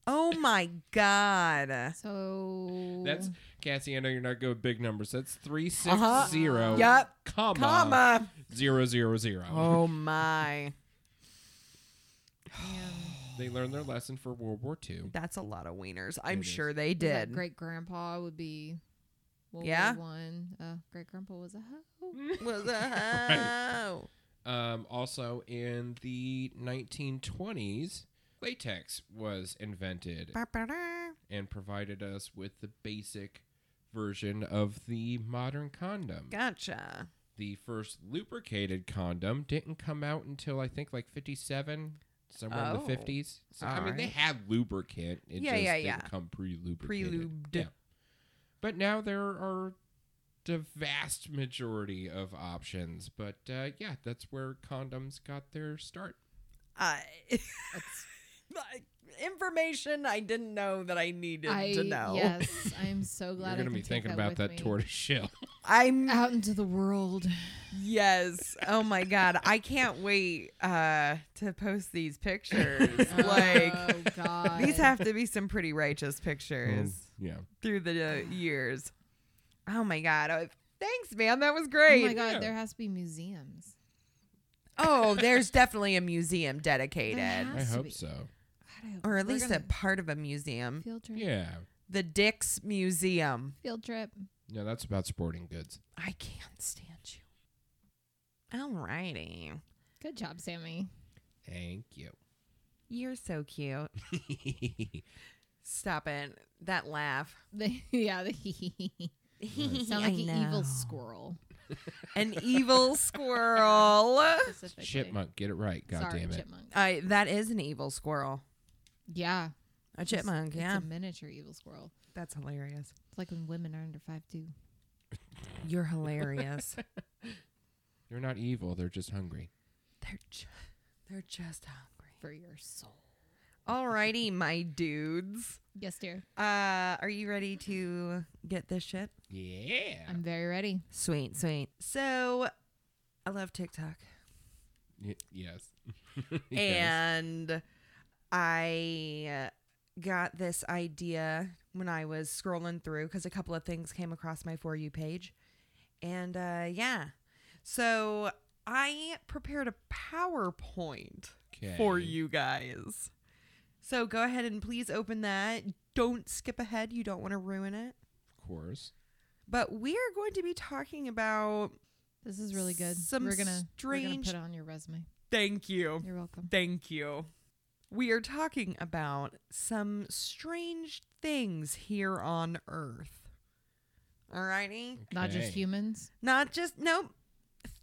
S1: Oh my God.
S2: So
S3: That's Cassie. I know you're not good with big numbers. That's three six
S1: Uh-huh.
S3: zero
S1: Yep.
S3: comma,
S1: Comma.
S3: zero zero zero.
S1: Oh my.
S3: They learned their lesson for World War II.
S1: That's a lot of wieners. I'm
S3: It is.
S1: sure they did.
S2: Great grandpa would be. World
S1: Yeah.
S2: War One. Uh, great grandpa was a hoe.
S1: Was a hoe.
S3: Um, also, in the 1920s, latex was invented
S1: Ba-ba-da.
S3: and provided us with the basic version of the modern condom.
S1: Gotcha.
S3: The first lubricated condom didn't come out until I think like 57, somewhere in
S1: Oh.
S3: the 50s. So, I mean, they
S1: Alright.
S3: had lubricant. It
S1: Yeah,
S3: just
S1: yeah,
S3: didn't
S1: yeah.
S3: come pre-lubricated.
S1: Prelubed.
S3: Yeah. But now there are the vast majority of options. But uh, yeah, that's where condoms got their start.
S1: I.
S2: That's-
S1: information I didn't know that I needed
S2: I,
S1: to know.
S2: Yes, I'm so glad.
S3: You're
S2: I
S3: gonna
S2: can
S3: be
S2: take
S3: thinking
S2: that
S3: about
S2: with
S3: that
S2: me.
S3: tortoise shell.
S1: I'm
S2: out into the world.
S1: yes. Oh my god, I can't wait uh to post these pictures. like
S2: oh, God.
S1: these have to be some pretty righteous pictures
S3: yeah.
S1: through the uh, years. Oh my god. Oh, thanks man. That was
S2: Oh
S1: great.
S2: my God,
S3: Yeah.
S2: there has to be museums.
S1: Oh, there's definitely a museum
S2: There
S1: dedicated.
S2: has
S3: I
S2: to
S3: hope
S2: be.
S3: so.
S2: God, I hope-
S1: Or at
S2: we're
S1: least a
S2: gonna-
S1: part of a museum.
S2: field trip.
S3: Yeah.
S1: The Dix Museum.
S2: Field trip.
S3: Yeah, that's about sporting goods.
S1: I can't stand you. Alrighty.
S2: Good job, Sammy.
S3: Thank you.
S1: You're so cute. Stop it. That laugh.
S2: The, yeah, the hee sound
S1: I
S2: like an
S1: know.
S2: evil squirrel.
S1: An evil squirrel.
S2: specifically.
S3: chipmunk, get it right. God
S2: Sorry,
S3: damn it.
S2: chipmunk.
S1: I that is an evil squirrel.
S2: Yeah,
S1: A
S2: it's-
S1: chipmunk,
S2: It's
S1: yeah.
S2: a miniature evil squirrel.
S1: That's hilarious.
S2: It's like when women are under five two.
S1: You're hilarious.
S3: They're not evil. They're just hungry.
S1: they're ju- they're just hungry.
S2: for your soul.
S1: Alrighty, my dudes.
S2: Yes, dear.
S1: Uh, are you ready to get this shit?
S3: Yeah.
S2: I'm very ready.
S1: Sweet, sweet. So, I love TikTok,
S3: Y- yes. Yes.
S1: and I got this idea when I was scrolling through because a couple of things came across my for you page, and uh, yeah, so I prepared a PowerPoint for
S3: Okay.
S1: you guys. So go ahead and please open that. Don't skip ahead. You don't want to ruin it.
S3: Of course.
S1: But we are going to be talking about.
S2: This is really good.
S1: Some
S2: we're gonna we're gonna
S1: strange-
S2: put it on your resume.
S1: Thank you.
S2: You're welcome.
S1: Thank you. We are talking about some strange things here on Earth. Alrighty?
S2: Not just
S3: Okay.
S2: humans.
S1: Not just, nope.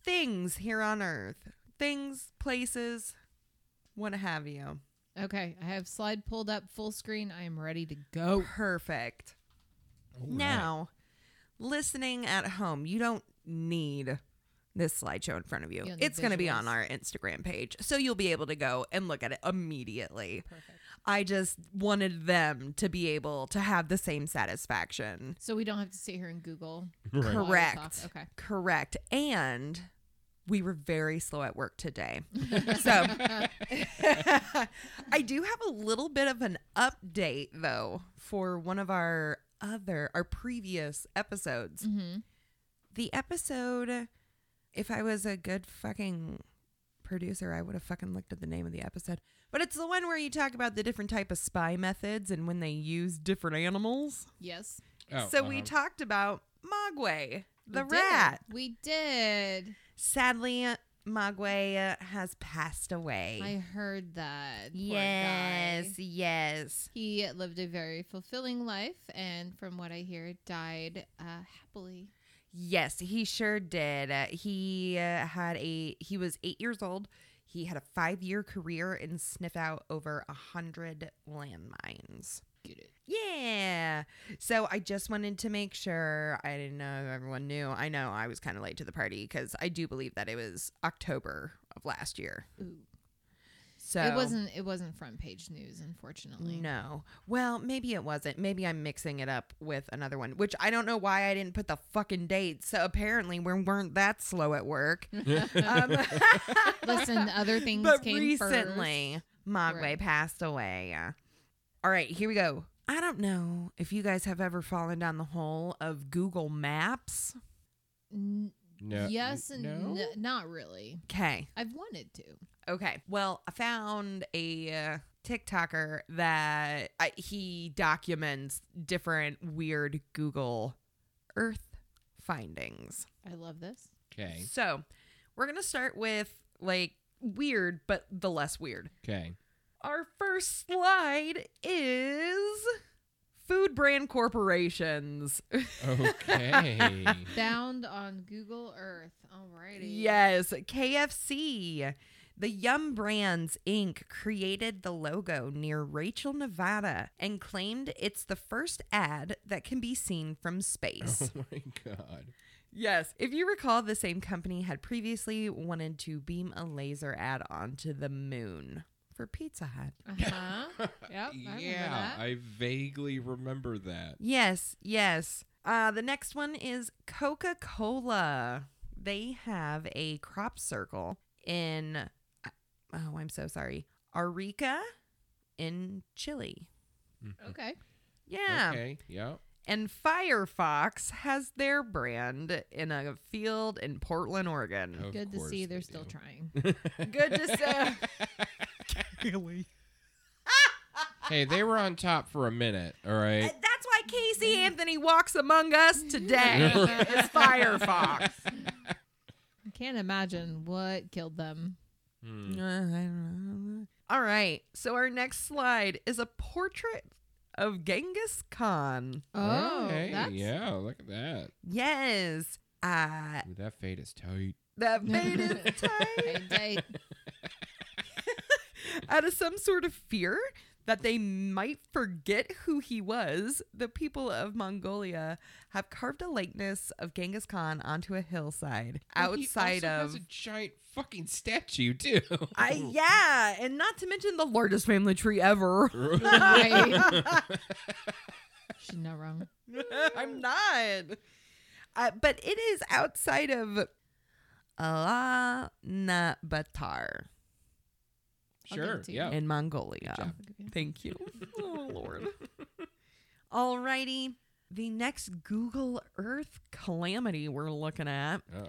S1: Things here on Earth. Things, places, what have you.
S2: Okay, I have slide pulled up full screen. I am ready to go.
S1: Perfect.
S3: All right.
S1: Now, listening at home, you don't need this slideshow in front of you.
S2: You don't need
S1: It's going to be on
S2: visuals.
S1: our Instagram page, so you'll be able to go and look at it immediately.
S2: Perfect.
S1: I just wanted them to be able to have the same satisfaction.
S2: So we don't have to sit here and Google.
S3: Right.
S2: while we're talk-
S1: Correct.
S2: Okay.
S1: Correct. And we were very slow at work today. so I do have a little bit of an update though for one of our other our previous episodes.
S2: Mm-hmm.
S1: the episode if i was a good fucking producer i would have fucking looked at the name of the episode but it's the one where you talk about the different type of spy methods and when they use different animals
S2: Yes.
S3: Oh,
S1: so we
S3: uh-huh.
S1: talked about mogwai the
S2: We did.
S1: rat
S2: We did.
S1: sadly mogwai has passed away
S2: I heard that. Poor
S1: yes
S2: guy.
S1: yes
S2: He lived a very fulfilling life, and from what I hear, died uh, happily.
S1: Yes, he sure did. Uh, he uh, had a he was eight years old. He had a five year career and sniffed out over a hundred landmines.
S2: Get it.
S1: Yeah. So I just wanted to make sure I didn't know everyone knew. I know I was kind of late to the party because I do believe that it was October of last year.
S2: Ooh.
S1: So
S2: It wasn't. It wasn't front page news, unfortunately.
S1: No. Well, maybe it wasn't. Maybe I'm mixing it up with another one, which I don't know why I didn't put the fucking date. So apparently we weren't that slow at work. um,
S2: Listen, other things
S1: but
S2: came
S1: recently, Mogwai
S2: Right.
S1: passed away. All right, here we go. I don't know if you guys have ever fallen down the hole of Google Maps.
S2: first. N-
S3: No.
S2: yes and
S3: no.
S2: n- not really.
S1: Okay.
S2: I've wanted to.
S1: Okay. Well, I found a uh, TikToker that uh, he documents different weird Google Earth findings.
S2: I love this.
S3: Okay.
S1: So, we're going to start with like weird, but the less weird.
S3: Okay.
S1: Our first slide is food brand corporations.
S3: Okay.
S2: Found on Google Earth. Alrighty.
S1: Yes, KFC. The Yum Brands Inc. created the logo near Rachel, Nevada, and claimed it's the first ad that can be seen from
S3: oh
S1: space.
S3: my god.
S1: yes. If you recall, the same company had previously wanted to beam a laser ad onto the moon for Pizza Hut.
S2: Uh-huh. Yep. I remember
S3: yeah,
S2: that.
S3: I vaguely remember that.
S1: Yes, yes. Uh, the next one is Coca Cola. They have a crop circle in, oh, I'm so sorry, Arica in Chile.
S3: Mhm.
S2: okay.
S1: Yeah.
S3: Okay. Yeah.
S1: And Firefox has their brand in a field in Portland, Oregon.
S3: Of
S2: Good to
S3: course
S2: see
S3: they
S2: they're still
S3: do.
S2: trying.
S3: Oh.
S1: Good to say.
S4: Really?
S3: Hey, they were on top for a minute. All right.
S1: And That's why Casey Anthony walks among us today. is Firefox.
S2: I can't imagine what killed them.
S3: Hmm.
S1: Uh, I don't know. All right. So our next slide is a portrait of Genghis Khan.
S2: Oh,
S3: Hey,
S2: that's
S3: yeah. Look at that.
S1: Yes. Uh,
S3: Ooh, that fade is tight.
S1: that made it tight
S2: Hey, date.
S1: out of some sort of fear that they might forget who he was. The people of Mongolia have carved a likeness of Genghis Khan onto a hillside
S3: Well, he
S1: outside
S3: also
S1: of
S3: has a giant fucking statue too.
S1: I yeah, and not to mention the largest family tree ever.
S2: Right. She's not wrong.
S1: I'm not. Uh, but it is outside of Alanabatar
S2: I'll give
S3: sure.
S2: it to you.
S3: Yeah.
S1: in Mongolia.
S2: I'll give you-
S1: Thank you. oh Lord. Alrighty. The next Google Earth calamity we're looking at.
S3: Oh.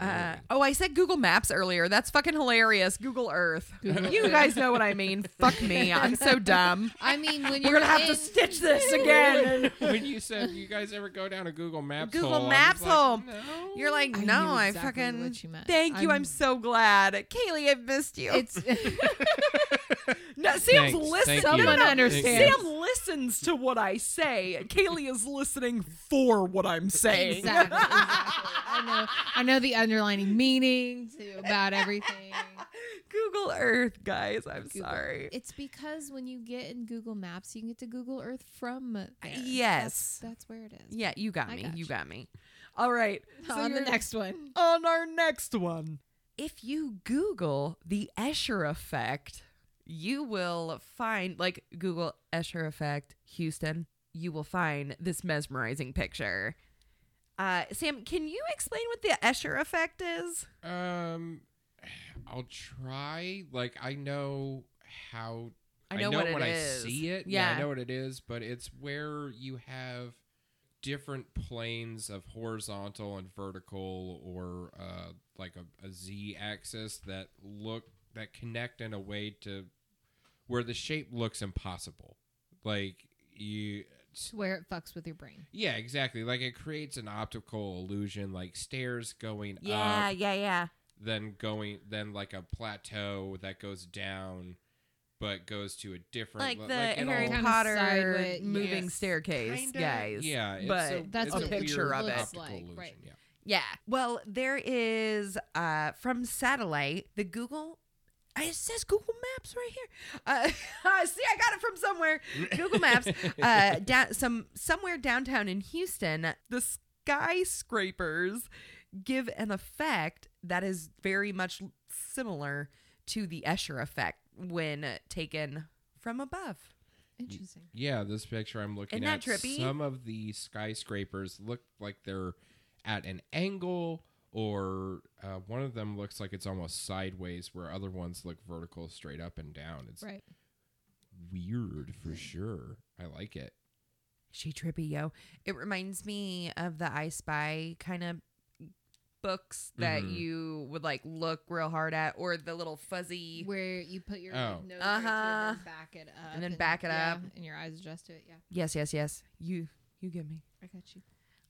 S1: Uh, oh, I said Google Maps earlier. That's fucking hilarious. Google Earth.
S2: Google
S1: you
S2: Earth.
S1: guys know what I mean. Fuck me. I'm so dumb.
S2: I mean, when
S1: We're
S2: you're
S1: gonna have
S2: in,
S1: to stitch this again.
S3: when you said you guys ever go down a Google Maps
S1: Google
S3: hole, I was
S1: Maps
S3: like,
S1: hole.
S3: No.
S1: You're like, no,
S2: I knew
S1: I
S2: exactly
S1: fucking.
S2: what you meant.
S1: Thank you. I'm
S2: I'm-
S1: so glad, Kaylee. I've missed you.
S2: It's
S1: no, Sam's
S3: Thanks.
S1: listening.
S3: Thank
S1: No, no,
S3: you.
S1: no.
S2: Someone understands.
S1: Sam listens to what I say. Kaylee is listening for what I'm saying.
S2: exactly, exactly. I know. I know the underlining meaning to about everything.
S1: Google Earth, guys. I'm
S2: Google.
S1: sorry.
S2: It's because when you get in Google Maps, you can get to Google Earth from there.
S1: yes.
S2: that's, that's where it is.
S1: yeah, you got
S2: I
S1: me.
S2: got
S1: you
S2: you.
S1: got me. All right. so
S2: on the
S1: you're-
S2: next one.
S1: On our next one. If you Google the Escher effect, you will find, like, Google Escher effect, Houston, you will find this mesmerizing picture. Uh, Sam, can you explain what the Escher effect is?
S3: Um, I'll try. Like I know how.
S1: I know what it
S3: when I
S1: is.
S3: see it.
S1: Yeah.
S3: I know what it is, but it's where you have different planes of horizontal and vertical, or uh, like a, a z axis that look that connect in a way to where the shape looks impossible. Like you,
S2: It's where it fucks with your brain.
S3: yeah, exactly. Like it creates an optical illusion, like stairs going up
S1: Yeah, yeah, yeah.
S3: then going then like a plateau that goes down but goes to a different
S1: Like
S3: le-
S1: the
S3: it
S1: Harry
S3: all-
S2: Kinda
S1: Potter
S2: sideways,
S1: moving
S2: yes.
S1: staircase,
S3: kinda-
S1: guys.
S3: yeah it's
S1: but
S3: a,
S2: That's
S3: it's
S1: what
S3: a
S1: it
S3: weird
S1: picture of it.
S2: looks
S3: optical
S2: like,
S3: illusion,
S2: right.
S3: yeah
S1: Yeah. Well, there is uh from satellite the Google. It says Google Maps right here. Uh, see, I got it from somewhere. Google Maps. Uh, down some somewhere downtown in Houston, the skyscrapers give an effect that is very much similar to the Escher effect when taken from above.
S2: Interesting.
S3: yeah this picture i'm looking
S1: Isn't
S3: at
S1: that trippy?
S3: some of the skyscrapers look like they're at an angle or uh, one of them looks like it's almost sideways where other ones look vertical straight up and down it's
S2: Right.
S3: weird for sure i like it
S1: She trippy, yo. It reminds me of the I Spy kind of books that
S3: Mhm.
S1: you would like look real hard at, or the little fuzzy.
S2: Where you put your
S3: Oh.
S2: like, nose right to it and
S1: E. Uh-huh.
S2: then back it up
S1: And then back it
S2: yeah,
S1: up.
S2: and your eyes adjust to it. Yeah,
S1: Yes, yes, yes. You, you get me.
S2: I got you.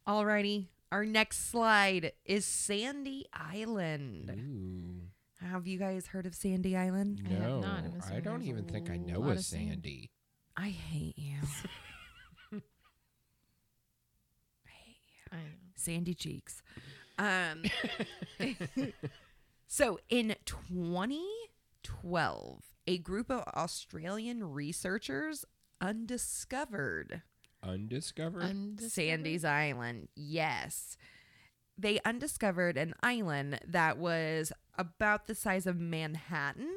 S1: Alrighty. Our next slide is Sandy Island.
S3: Ooh.
S1: Have you guys heard of Sandy Island?
S2: I have
S3: No,
S2: not. I'm
S3: I
S2: assuming
S3: don't
S2: there's a
S3: even think I know
S2: lot
S3: a
S2: of sand.
S3: Sandy.
S1: I hate you.
S2: I know.
S1: Sandy cheeks. Um. so in 2012, a group of Australian researchers undiscovered
S3: Undiscovered.
S2: Undiscovered?
S1: Sandy's Island. Yes. They undiscovered an island that was about the size of Manhattan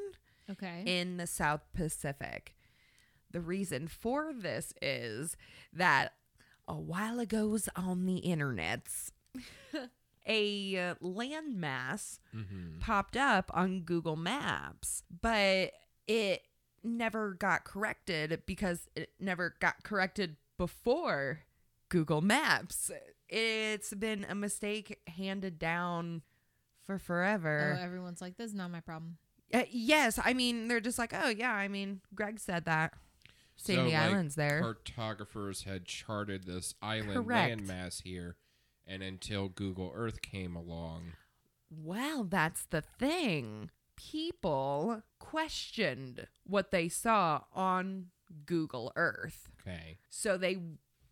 S2: Okay.
S1: in the South Pacific. The reason for this is that a while ago's on the internets, a uh, landmass
S3: Mm-hmm.
S1: popped up on Google Maps, but it never got corrected because it never got corrected before Google Maps. It's been a mistake handed down for forever.
S2: oh, everyone's like, "This is not my problem."
S1: Uh, yes, I mean they're just like, oh yeah, I mean Greg said that. Save
S3: So,
S1: the
S3: like,
S1: islands there.
S3: Cartographers had charted this island
S1: Correct.
S3: landmass here, and until Google Earth came along,
S1: well, that's the thing. People questioned what they saw on Google Earth,
S3: okay,
S1: so they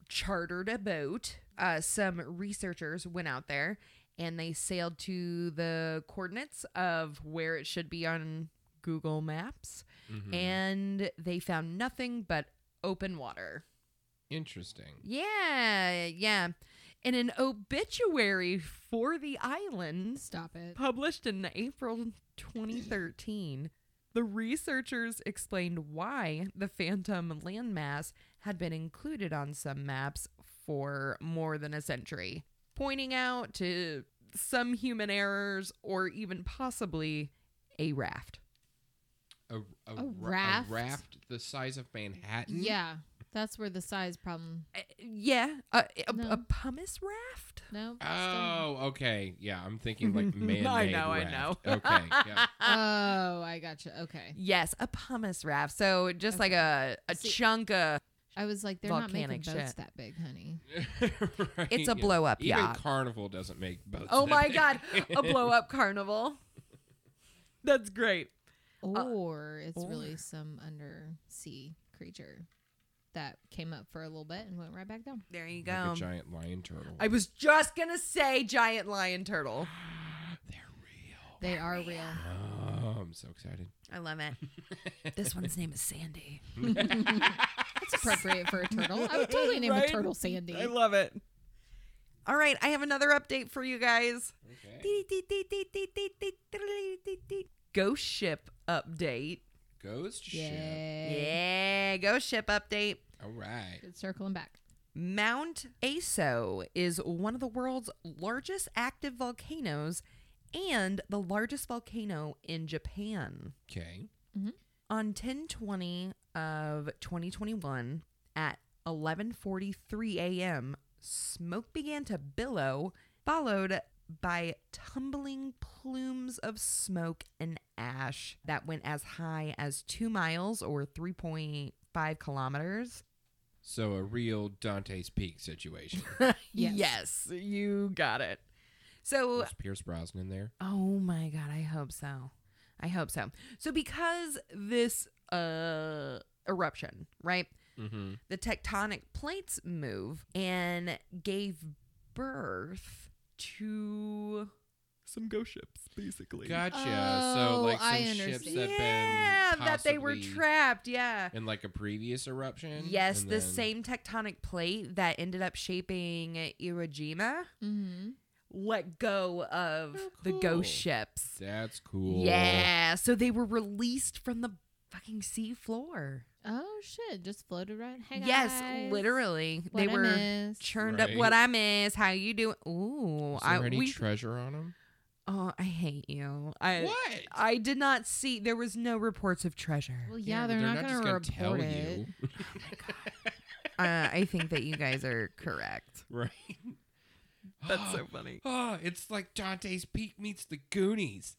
S1: chartered a boat. Uh, some researchers went out there and they sailed to the coordinates of where it should be on Google Maps,
S3: Mhm.
S1: and they found nothing but open water.
S3: interesting.
S1: Yeah, yeah. In an obituary for the islands
S2: Stop it.
S1: published in April 2013, the researchers explained why the phantom landmass had been included on some maps for more than a century, pointing out to some human errors or even possibly a raft.
S3: A, a, ra-
S2: raft?
S3: a raft the size of Manhattan.
S2: Yeah, that's where the size problem.
S1: Uh, yeah, a, a,
S2: No.
S1: a pumice raft?
S2: No. still-
S3: Oh, okay. Yeah, I'm thinking like man-made
S1: I know, I
S3: raft.
S1: know.
S3: Okay, yeah.
S2: Oh, I gotcha. Okay.
S1: Yes, a pumice raft. So just like a, a
S2: See-
S1: chunk of
S2: I was like, they're not making
S1: Volcanic
S2: boats
S1: shit.
S2: that big, honey.
S3: Right,
S1: it's a
S3: yeah.
S1: blow up
S3: Even
S1: yacht.
S3: Carnival doesn't make boats.
S1: oh
S3: that
S1: my
S3: big.
S1: god, a blow up carnival. That's great.
S2: Uh, Or it's really
S1: or-
S2: some undersea creature that came up for a little bit and went right back down.
S1: There you
S3: Like
S1: go.
S3: a giant lion turtle.
S1: I was just gonna say giant lion turtle.
S3: They're real.
S2: They are real.
S3: Oh, I'm so excited.
S1: I love it. this one's name is Sandy.
S2: That's appropriate for a turtle. I would totally name
S1: Right?
S2: a turtle Sandy.
S1: I love it. All right, I have another update for you guys.
S3: Okay.
S1: Ghost ship update.
S3: Ghost ship.
S1: Yeah,
S2: Yay.
S1: ghost ship update.
S3: All right.
S2: Good circling back.
S1: Mount Aso is one of the world's largest active volcanoes and the largest volcano in Japan.
S3: Okay.
S1: On 1020 of 2021 at 11:43 a.m., smoke began to billow, followed by tumbling plumes of smoke and ash that went as high as 2 miles or 3.5 kilometers.
S3: So a real Dante's Peak situation.
S2: Yes.
S1: yes, you got it. So,
S3: Was Pierce Brosnan there?
S1: oh my god, I hope so. I hope so. So because this uh eruption, right?
S3: Mm-hmm.
S1: The tectonic plates move and gave birth to
S4: Some ghost ships, basically.
S3: Gotcha. so
S2: Oh,
S3: like some
S2: I
S3: ships that
S2: understand.
S1: yeah,
S3: been
S1: that they were
S3: possibly
S1: trapped, yeah.
S3: in like a previous eruption.
S1: Yes,
S3: and
S1: the
S3: then-
S1: same tectonic plate that ended up shaping Iwo Jima
S2: Mm-hmm.
S1: let go of
S3: Oh,
S1: the
S3: cool.
S1: ghost ships.
S3: That's cool.
S1: Yeah, so they were released from the fucking sea floor.
S2: Oh shit! Just floated right. Hey
S1: yes,
S2: guys.
S1: literally,
S2: What
S1: they
S2: I
S1: were
S2: missed.
S1: churned up.
S3: Right.
S1: What I miss? How you doing? Ooh,
S3: Is there
S1: I
S3: any
S1: we.
S3: treasure on them?
S1: oh, I hate you. I
S3: What?
S1: I did not see. There was no reports of treasure.
S2: Well, yeah, they're, not,
S3: just
S2: gonna, report it.
S3: you.
S1: uh, I think that you guys are correct.
S3: right.
S4: That's so funny.
S3: Oh, it's like Dante's Peak meets the Goonies.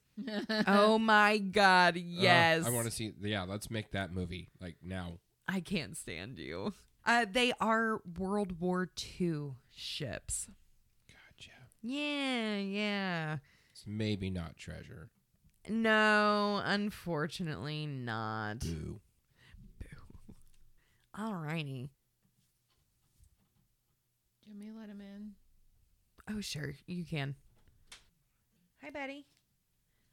S1: oh my god,
S3: Ugh,
S1: yes.
S3: Uh, I want to see. Yeah, let's make that movie like now.
S1: I can't stand you. Uh, they are World War II ships.
S3: Gotcha.
S1: Yeah, yeah.
S3: It's maybe not treasure.
S1: No, unfortunately not.
S3: Boo.
S1: Alrighty.
S2: Jimmy, let him in.
S1: Oh, sure, you can. Hi, Betty.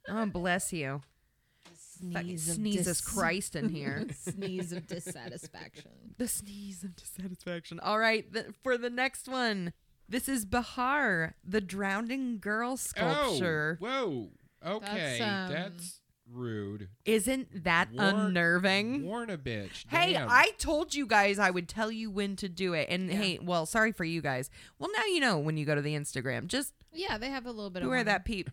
S1: Oh, bless you. Fucking sneezes Christ in here.
S2: sneeze of dissatisfaction.
S1: the sneeze of dissatisfaction. All right, th- for the next one. This is Bihar, the drowning girl sculpture.
S3: Oh, whoa. Okay.
S2: That's, um,
S3: That's rude.
S1: Isn't that
S3: Warn-
S1: unnerving?
S3: Warn a bitch.
S1: Hey,
S3: Damn.
S1: I told you guys I would tell you when to do it. And
S2: Yeah.
S1: hey, well, sorry for you guys. Well, now you know when you go to the Instagram. Just
S2: Yeah, they have a little bit of
S1: beware
S2: warning.
S1: that peep.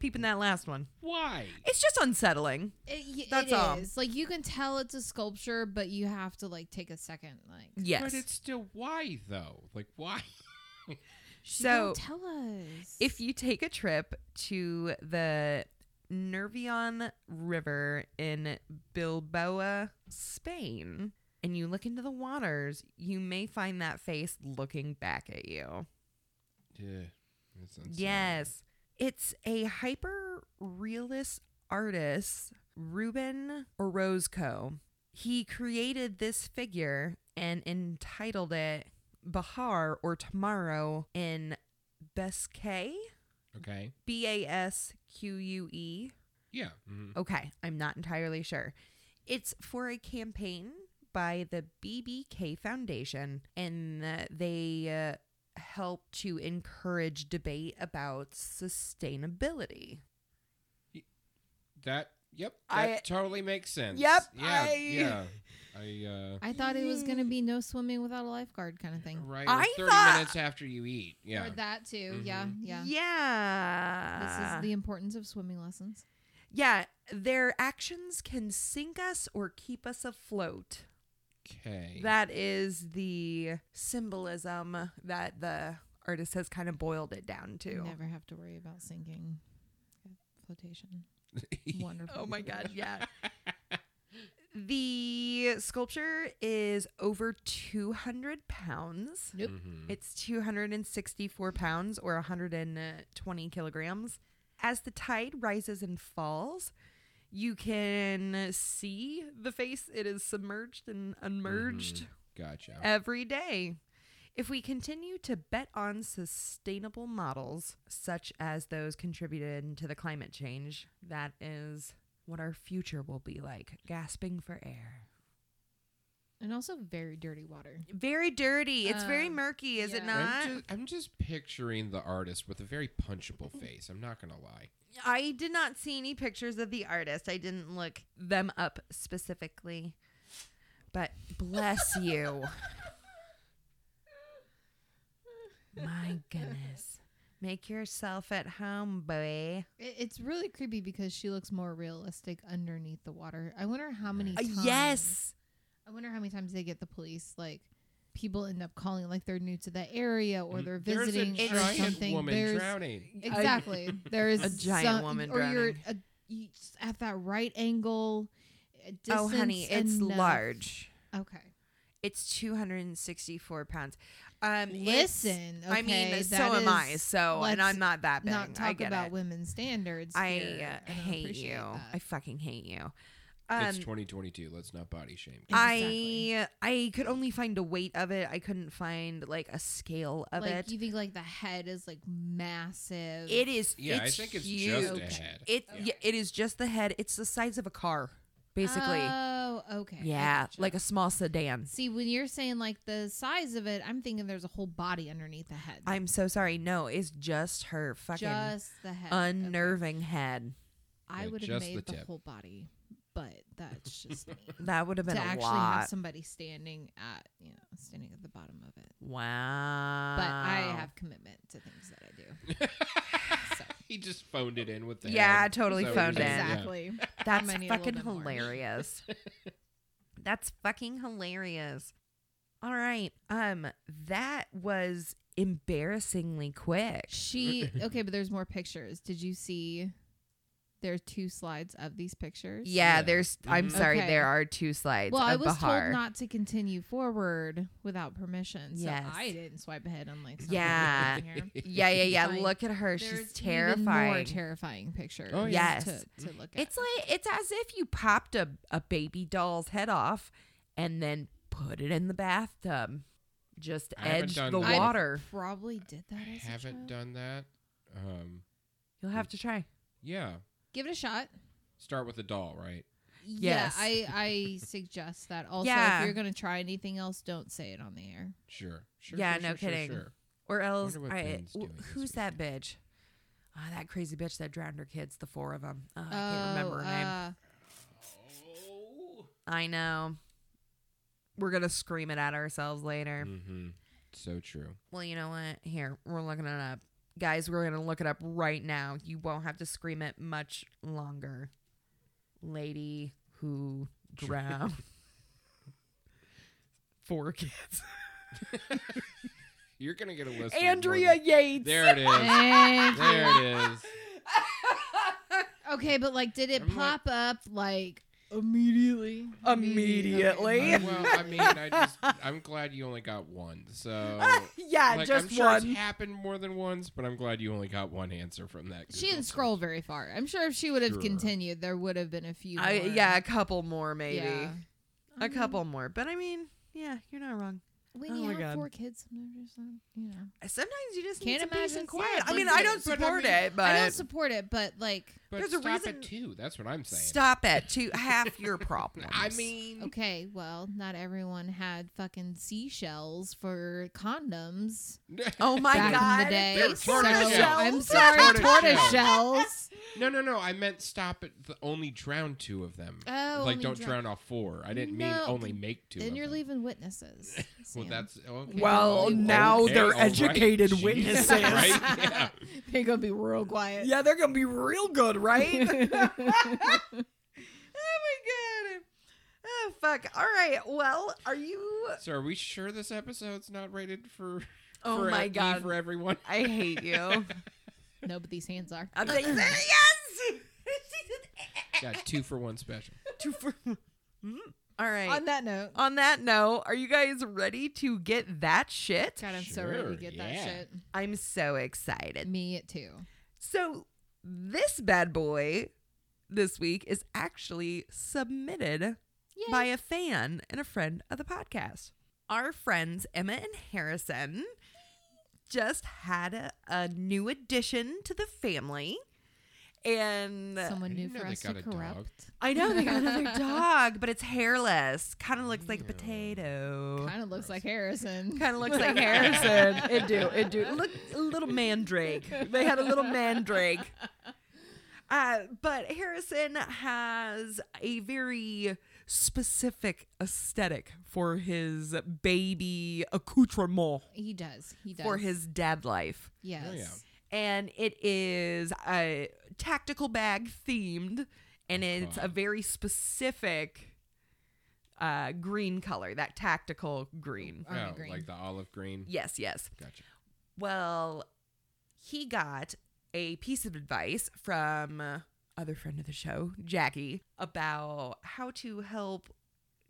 S1: Peeping that last one.
S3: Why?
S1: It's just unsettling.
S2: It, y-
S1: That's
S2: it
S1: all.
S2: is. Like you can tell it's a sculpture, but you have to like take a second. Like
S1: Yes.
S3: But it's still why though? Like why?
S2: "You don't
S1: so
S2: tell us
S1: if you take a trip to the Nervion River in Bilbao, Spain, and you look into the waters, you may find that face looking back at you.
S3: Yeah. That's unsettling.
S1: Yes. It's a hyper realist artist, Ruben Orozco. He created this figure and entitled it Bahar or Tomorrow in Basque,
S3: Okay.
S1: B A S Q U E.
S3: Yeah. Mhm.
S1: Okay, I'm not entirely sure. It's for a campaign by the BBK Foundation, and uh, they uh, help to encourage debate about sustainability.
S3: That. Yep.
S1: I-
S3: That totally makes sense.
S1: Yep,
S3: Yeah.
S1: I-
S3: yeah. I.
S2: I thought it was gonna
S1: Mm.
S2: be no swimming without a lifeguard kind of
S3: Uh,
S2: thing.
S3: right.
S1: I
S3: Thirty
S1: thought-
S3: minutes after you eat. Yeah.
S2: Or that too. Yeah,
S1: Mm-hmm.
S3: Mhm.
S2: yeah. This
S1: Yeah.
S2: is the importance of swimming lessons.
S1: yeah. Their actions can sink us or keep us afloat.
S3: Okay.
S1: That is the symbolism that the artist has kind of boiled it down to.
S2: Never have to worry about sinking. Okay, Flotation. Wonderful.
S1: Oh my god, yeah. the sculpture is over 200 pounds.
S2: Nope.
S3: Mhm.
S1: It's 264 pounds or 120 kilograms. As the tide rises and falls, you can see the face. It is submerged and unmerged
S3: Mhm. Gotcha.
S1: every day. If we continue to bet on sustainable models, such as those contributed to the climate change, that is what our future will be like, gasping for air.
S2: And also very dirty water.
S1: Very dirty. It's very
S2: Um,
S1: murky, is it
S2: yeah.
S1: not?
S3: I'm just, I'm just picturing the artist with a very punchable face. I'm not gonna lie.
S1: I did not see any pictures of the artist. I didn't look them up specifically. But bless you. My goodness. Make yourself at home, boy.
S2: It, it's really creepy because she looks more realistic underneath the water. I wonder how many
S3: Uh,
S2: times.
S1: yes.
S2: I wonder how many times they get the police. Like people end up calling like they're new to the area or they're visiting
S3: Mm, There's a
S2: or
S3: giant
S2: something.
S3: woman
S2: There's
S3: drowning.
S2: exactly there is
S1: A giant
S2: some-
S1: woman
S2: or you're
S1: drowning.
S2: a, you s- at that right angle. a
S1: Oh, honey,
S2: distance
S1: it's
S2: enough.
S1: large.
S2: Okay.
S1: It's 264 pounds. Um, it's-
S2: Listen,
S1: I mean,
S2: okay,
S1: so
S2: that
S1: am I.
S2: is-
S1: So, and
S2: let's
S1: I'm not that big.
S2: Not
S1: I
S2: talk
S1: get
S2: about
S1: it.
S2: women's standards. here.
S1: I, uh,
S2: don't
S1: hate
S2: appreciate
S1: you.
S2: that.
S1: I fucking hate you. Um,
S3: it's 2022. Let's not body shame.
S2: Exactly.
S1: I I could only find a weight of it. I couldn't find like a scale of
S2: like
S1: it.
S2: you think like the head is like massive.
S1: it is.
S3: Yeah, I
S1: it's
S3: think it's
S1: huge.
S3: just a head.
S1: It
S3: Yeah.
S1: yeah, it is just the head. It's the size of a car, basically.
S2: Oh, okay. I
S1: yeah,
S2: gotcha.
S1: like a small sedan.
S2: See, when you're saying like the size of it, I'm thinking there's a whole body underneath the head.
S1: I'm so sorry. No, it's just her fucking
S2: just the head. Okay.
S1: unnerving head.
S2: I
S3: Yeah,
S2: would have
S3: just
S2: made
S3: the
S2: the,
S3: tip.
S2: whole body, but that's just me.
S1: That would have been
S2: to
S1: a
S2: actually
S1: lot.
S2: have somebody standing at you know standing at the bottom of it.
S1: wow.
S2: But I have commitment to things that I do.
S3: he just phoned it in with the
S1: Yeah,
S3: head.
S1: totally
S3: Is that what
S1: phoned
S3: you're
S1: in.
S3: saying? Yeah.
S2: Exactly.
S1: That's
S2: might need a little
S1: fucking
S2: bit more.
S1: hilarious. That's fucking hilarious. All right. Um that was embarrassingly quick.
S2: She okay, but there's more pictures. Did you see? There's two slides of these pictures.
S1: Yeah,
S3: Yeah.
S1: there's I'm
S3: Mhm.
S1: sorry,
S2: Okay.
S1: there are two slides
S2: Well,
S1: of
S2: I was
S1: Bahar.
S2: told not to continue forward without permission, so
S1: Yes.
S2: I didn't swipe ahead on like.
S1: Yeah. yeah, yeah, yeah.
S2: Fine.
S1: Look at her. She's terrifying.
S2: Even more terrifying picture.
S3: Oh,
S1: yeah. Yes.
S2: to, to look at.
S1: it's like it's as if you popped a, a baby doll's head off and then put it in the bathtub. Just
S3: I haven't
S1: edge
S3: done
S1: the
S3: that.
S1: water.
S2: probably did that.
S3: I
S2: As a
S3: haven't
S2: child.
S3: done that. Um,
S1: You'll have to try.
S3: yeah.
S2: Give it a shot.
S3: Start with a doll, right?
S1: Yes.
S2: Yeah, I I suggest that. Also,
S1: Yeah.
S2: if you're gonna try anything else, don't say it on the air.
S3: Sure. Sure.
S1: Yeah,
S3: sure,
S1: no
S3: sure, sure,
S1: kidding.
S3: sure.
S1: Or else,
S3: Wonder what
S1: I,
S3: Ben's
S1: w-
S3: doing this
S1: who's that bitch? Ah, that crazy bitch that drowned her kids, the four of them. I can't remember her
S2: uh,
S1: name.
S3: Oh.
S1: I know. We're gonna scream it at ourselves later.
S3: Mm-hmm. So true.
S1: Well, you know what? Here, we're looking it up. Guys, we're gonna look it up right now. You won't have to scream it much longer. Lady who drowned four kids.
S3: You're gonna get a list. of more
S1: Andrea
S3: than-
S1: Yates.
S3: There it is.
S2: Oh, uh, Thank you.
S3: there it is.
S2: Okay, but like, did it
S3: I'm like-
S2: pop up like immediately? Immediately.
S1: Immediately.
S3: Well, I mean, I just I'm glad you only got one. So
S1: yeah,
S3: like,
S1: just
S3: I'm sure
S1: one.
S3: it's happened more than once, but I'm glad you only got one answer from that.
S2: She
S3: Google
S2: didn't
S3: search.
S2: scroll very far. I'm sure if she would have
S3: Sure.
S2: continued, there would have been a few.
S1: I,
S2: more.
S1: yeah, a couple more maybe.
S2: Yeah. I
S1: A
S2: mean,
S1: couple more. But I mean, yeah, you're not wrong.
S2: Um, When
S1: Oh
S2: you
S1: my
S2: have
S1: God.
S2: four kids, sometimes you're just not, you know.
S1: Sometimes you just need
S2: Can't
S1: some peace
S2: imagine-
S1: and quiet.
S2: yeah,
S1: I
S2: but
S1: mean,
S2: you-
S1: I don't
S3: but I
S1: support
S3: mean-
S1: it, but
S2: I don't support it, but like,
S3: But
S1: There's a
S3: stop
S1: reason-
S3: at two. That's what I'm saying.
S1: stop it to half your problems.
S3: I mean,
S2: okay, well, not everyone had fucking seashells for condoms
S1: oh my
S2: back
S1: god,
S2: in the day.
S3: They're
S2: so
S3: tortoise shells.
S2: I'm
S1: Tortoise
S2: sorry,
S3: shells.
S2: tortoise shells.
S3: no, no, no. I meant stop at the only drown two of them.
S2: Oh,
S3: like
S2: only
S3: don't
S2: drown-
S3: drown all four. I didn't mean
S2: No,
S3: only make two.
S2: Then
S3: of
S2: you're
S3: them.
S2: leaving witnesses.
S3: Well,
S2: Sam.
S3: that's okay.
S4: Well,
S3: Oh,
S4: now
S3: okay,
S4: they're
S3: all right.
S4: educated
S3: Jesus,
S4: witnesses.
S3: right? Yeah.
S2: they're gonna be real quiet.
S4: Yeah, they're gonna be real good, right?
S1: Oh my god. Oh fuck. All right. Well, are you?
S3: So are we sure this episode's not rated for?
S1: Oh
S3: for
S1: my
S3: E
S1: God.
S3: For everyone.
S1: I hate you.
S2: No, but these hands are.
S1: I'm like, yes.
S3: Got two for one special.
S1: Two for- Mm. All right.
S2: On
S1: On,
S2: that note,
S1: that note, are you guys ready to get that shit?
S2: God, I'm so ready
S3: Sure,
S2: to get
S3: yeah.
S2: that
S1: I'm so
S2: shit.
S1: excited.
S2: Me too.
S1: So this bad boy this week is actually submitted
S2: Yay.
S1: by a fan and a friend of the podcast. Our friends Emma and Harrison just had a, a new addition to the family. And
S2: Someone
S3: I
S2: new
S3: didn't know
S2: for
S3: they
S2: us
S3: got
S2: to
S3: a dog.
S2: corrupt.
S1: I know they got another dog, but it's hairless. Kind of looks like a potato.
S2: Kind of looks like Harrison.
S1: Kind of looks like Harrison. It do. It do. Look, a little mandrake. They had a little mandrake. Uh, but Harrison has a very specific aesthetic for his baby accoutrement
S2: He does. He does.
S1: for his dad life,
S2: Yes.
S3: Oh, yeah.
S1: and it is a tactical bag themed, and it's a
S3: fun.
S1: very specific uh, green color, that tactical green.
S2: Army
S3: oh,
S2: green.
S3: like the olive green.
S1: Yes, yes.
S3: Gotcha.
S1: Well, he got a piece of advice from uh, other friend of the show, Jackie, about how to help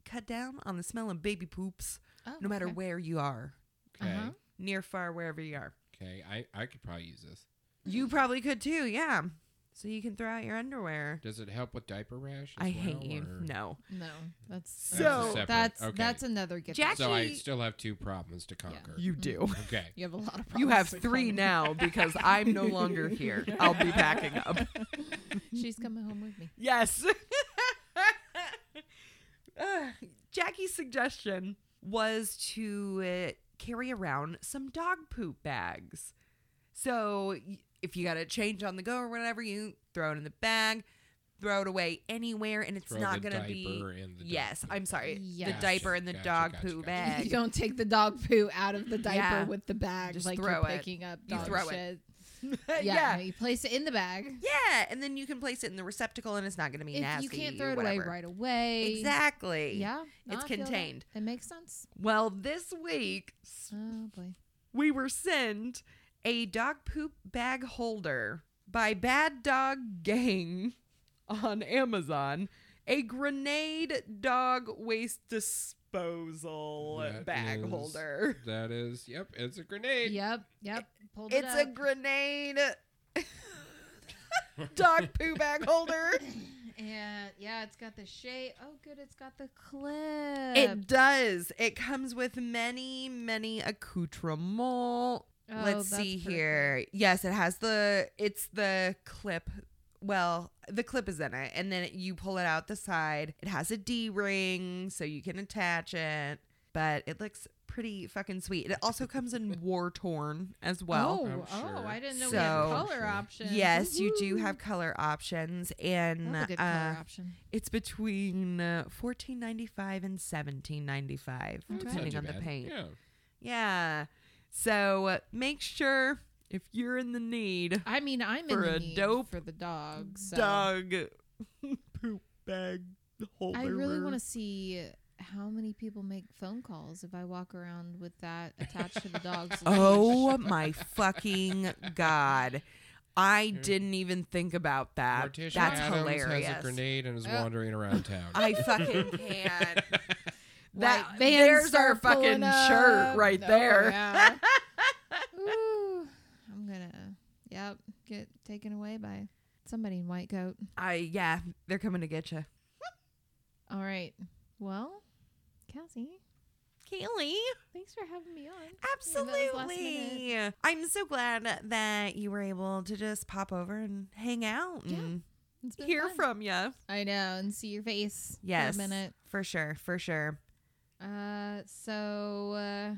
S1: cut down on the smell of baby poops
S2: Oh,
S1: no matter
S2: okay.
S1: where you are,
S3: Okay.
S2: Uh-huh.
S1: near far wherever you are.
S3: Okay. I I could probably use this.
S1: You probably could too, yeah. So you can throw out your underwear.
S3: Does it help with diaper rash? as
S1: I hate
S3: well,
S1: you.
S3: or-
S1: No.
S2: No, that's
S3: That's
S1: So-
S3: a separate-
S2: that's
S3: okay.
S2: that's another get.
S1: Jack-
S3: So I
S1: Actually-
S3: still have two problems to conquer.
S4: you do.
S3: Okay.
S2: you have a lot of problems.
S1: You have
S2: with
S1: three
S2: Colin.
S1: now because I'm no longer here. I'll be packing up.
S2: She's coming home with me.
S1: Yes. Ugh. Jackie's suggestion was to uh, carry around some dog poop bags. So y- if you got to change on the go or whatever, you throw it in the bag, throw it away anywhere, and it's
S3: Throw
S1: not
S3: the
S1: going to
S3: diaper
S1: be.
S3: in the dog
S1: Yes,
S3: food.
S1: I'm sorry.
S2: Yes.
S1: The diaper and the
S3: Gotcha,
S1: dog
S3: gotcha,
S1: poo
S3: gotcha.
S1: bag.
S2: You don't take the dog poo out of the diaper
S1: Yeah.
S2: with the bag.
S1: Just
S2: like
S1: throw
S2: you're
S1: it.
S2: picking up
S1: You
S2: dog
S1: throw it. yeah.
S2: shit. Yeah,
S1: yeah.
S2: no, you place it in the bag.
S1: and then you can place it in the receptacle, and it's not going to be
S2: If
S1: nasty.
S2: you can't
S1: or
S2: throw it away
S1: whatever.
S2: right away,
S1: Exactly.
S2: Yeah, no,
S1: It's
S2: I feel that.
S1: contained.
S2: It makes sense.
S1: Well, this week,
S2: Oh boy.
S1: we were sent a dog poop bag holder by Bad Dog Gang on Amazon, a grenade dog waste disposal
S3: That
S1: bag
S3: is-
S1: holder.
S3: That is. Yep. It's a grenade.
S2: Yep, yep. Pulled it
S1: It's a
S2: up.
S1: grenade dog poo bag holder.
S2: And yeah, it's got the shape. Oh, good, it's got the clip.
S1: It does. It comes with many, many accoutrements.
S2: Oh,
S1: Let's
S2: that's
S1: see here. Yes, it has the it's the clip. Well, the clip is in it, and then you pull it out the side. It has a D ring, so you can attach it. But it looks pretty fucking sweet. It also comes in war torn as well.
S2: oh,
S3: I'm
S2: oh,
S3: sure.
S2: I didn't know we had
S1: So-
S2: color options.
S1: Yes, you do
S2: Woohoo.
S1: have color options, and
S2: That's a good
S1: uh,
S2: color option.
S1: it's between uh, fourteen ninety five and seventeen ninety five,
S2: Okay.
S3: It's not
S1: depending
S3: too
S1: on the
S3: bad.
S1: paint.
S3: Yeah.
S1: Yeah. So uh, make sure if you're in the need,
S2: I mean, I'm
S1: for
S2: in the
S1: a
S2: need
S1: dope
S2: for the dog. So
S1: dog poop bag holder.
S2: I really want to see how many people make phone calls if I walk around with that attached to the dog's leash.
S1: Oh my fucking god! I didn't even think about that.
S3: Morticia
S1: Uh, That's
S3: Adams has a
S1: hilarious.
S3: grenade and is
S2: Uh,
S3: wandering around town.
S1: I fucking can't.
S2: White
S1: That
S2: vans
S1: there's our
S2: start pulling
S1: fucking shirt
S2: up.
S1: right
S2: Oh,
S1: there.
S2: yeah. Ooh, I'm gonna, yep, get taken away by somebody in white coat.
S1: I yeah, they're coming to get you,
S2: All right. Well, Cassie,
S1: Kaylee.
S2: thanks for having me on. Even though it was last minute.
S1: Absolutely. I'm so glad that you were able to just pop over and hang out
S2: Yeah,
S1: and
S2: It's been
S1: hear
S2: fun.
S1: from you.
S2: I know, and see your face.
S1: Yes.
S2: For a minute.
S1: For sure. For sure.
S2: Uh, so uh,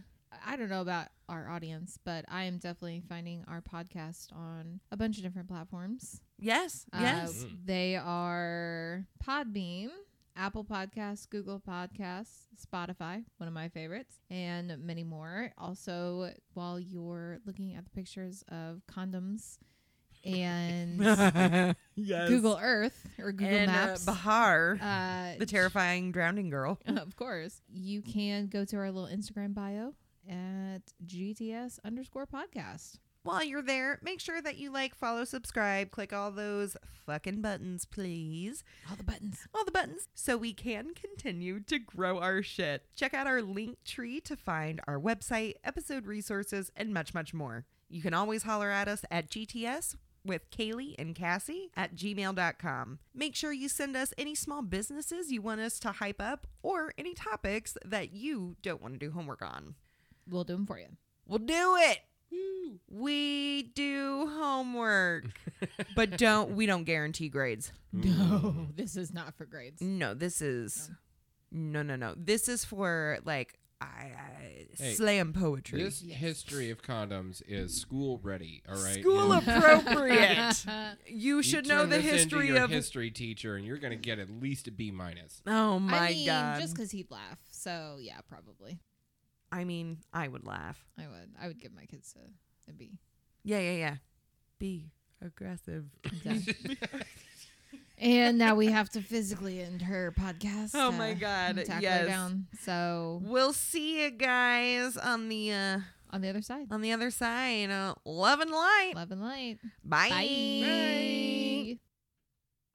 S2: I don't know about our audience, but I am definitely finding our podcast on a bunch of different platforms.
S1: Yes. Yes.
S2: Uh, they are Podbeam, Apple Podcasts, Google Podcasts, Spotify, one of my favorites, and many more. Also, while you're looking at the pictures of condoms and
S1: yes.
S2: Google Earth or Google
S1: and, uh,
S2: Maps,
S1: Bahar,
S2: uh,
S1: the terrifying drowning girl.
S2: of course. You can go to our little Instagram bio at GTS underscore podcast.
S1: While you're there, make sure that you like, follow, subscribe, click all those fucking buttons, please.
S2: All the buttons.
S1: all the buttons so we can continue to grow our shit. Check out our link tree to find our website, episode resources, and much, much more. You can always holler at us at GTS with Kaylee and Cassie at gmail.com. Make sure you send us any small businesses you want us to hype up or any topics that you don't want to do homework on.
S2: We'll do them for you.
S1: We'll do it. We do homework. but don't we don't guarantee grades.
S3: Mm.
S2: No, this is not for grades.
S1: No, this is no, no, no. This is for like I, I
S3: Hey,
S1: slam poetry.
S3: This
S2: Yes.
S3: history of condoms is school ready. All right.
S1: School
S3: You-
S1: appropriate. you
S3: you
S1: should know
S3: turn
S1: the
S3: this into
S1: history
S3: your
S1: of.
S3: history teacher, and you're going to get at least a B minus.
S1: oh my
S2: I mean,
S1: god!
S2: just because he'd laugh. So, yeah, probably.
S1: I mean, I would laugh.
S2: I would. I would give my kids a, a B.
S1: Yeah, yeah, yeah. Be aggressive.
S2: and now we have to physically end her podcast.
S1: Oh my
S2: uh,
S1: God,
S2: and Tackle
S1: yes.
S2: her down. So,
S1: We'll see you guys on the uh
S2: on the other side,
S1: on the other side. Uh, love and light.
S2: love and light.
S1: Bye.
S2: Bye.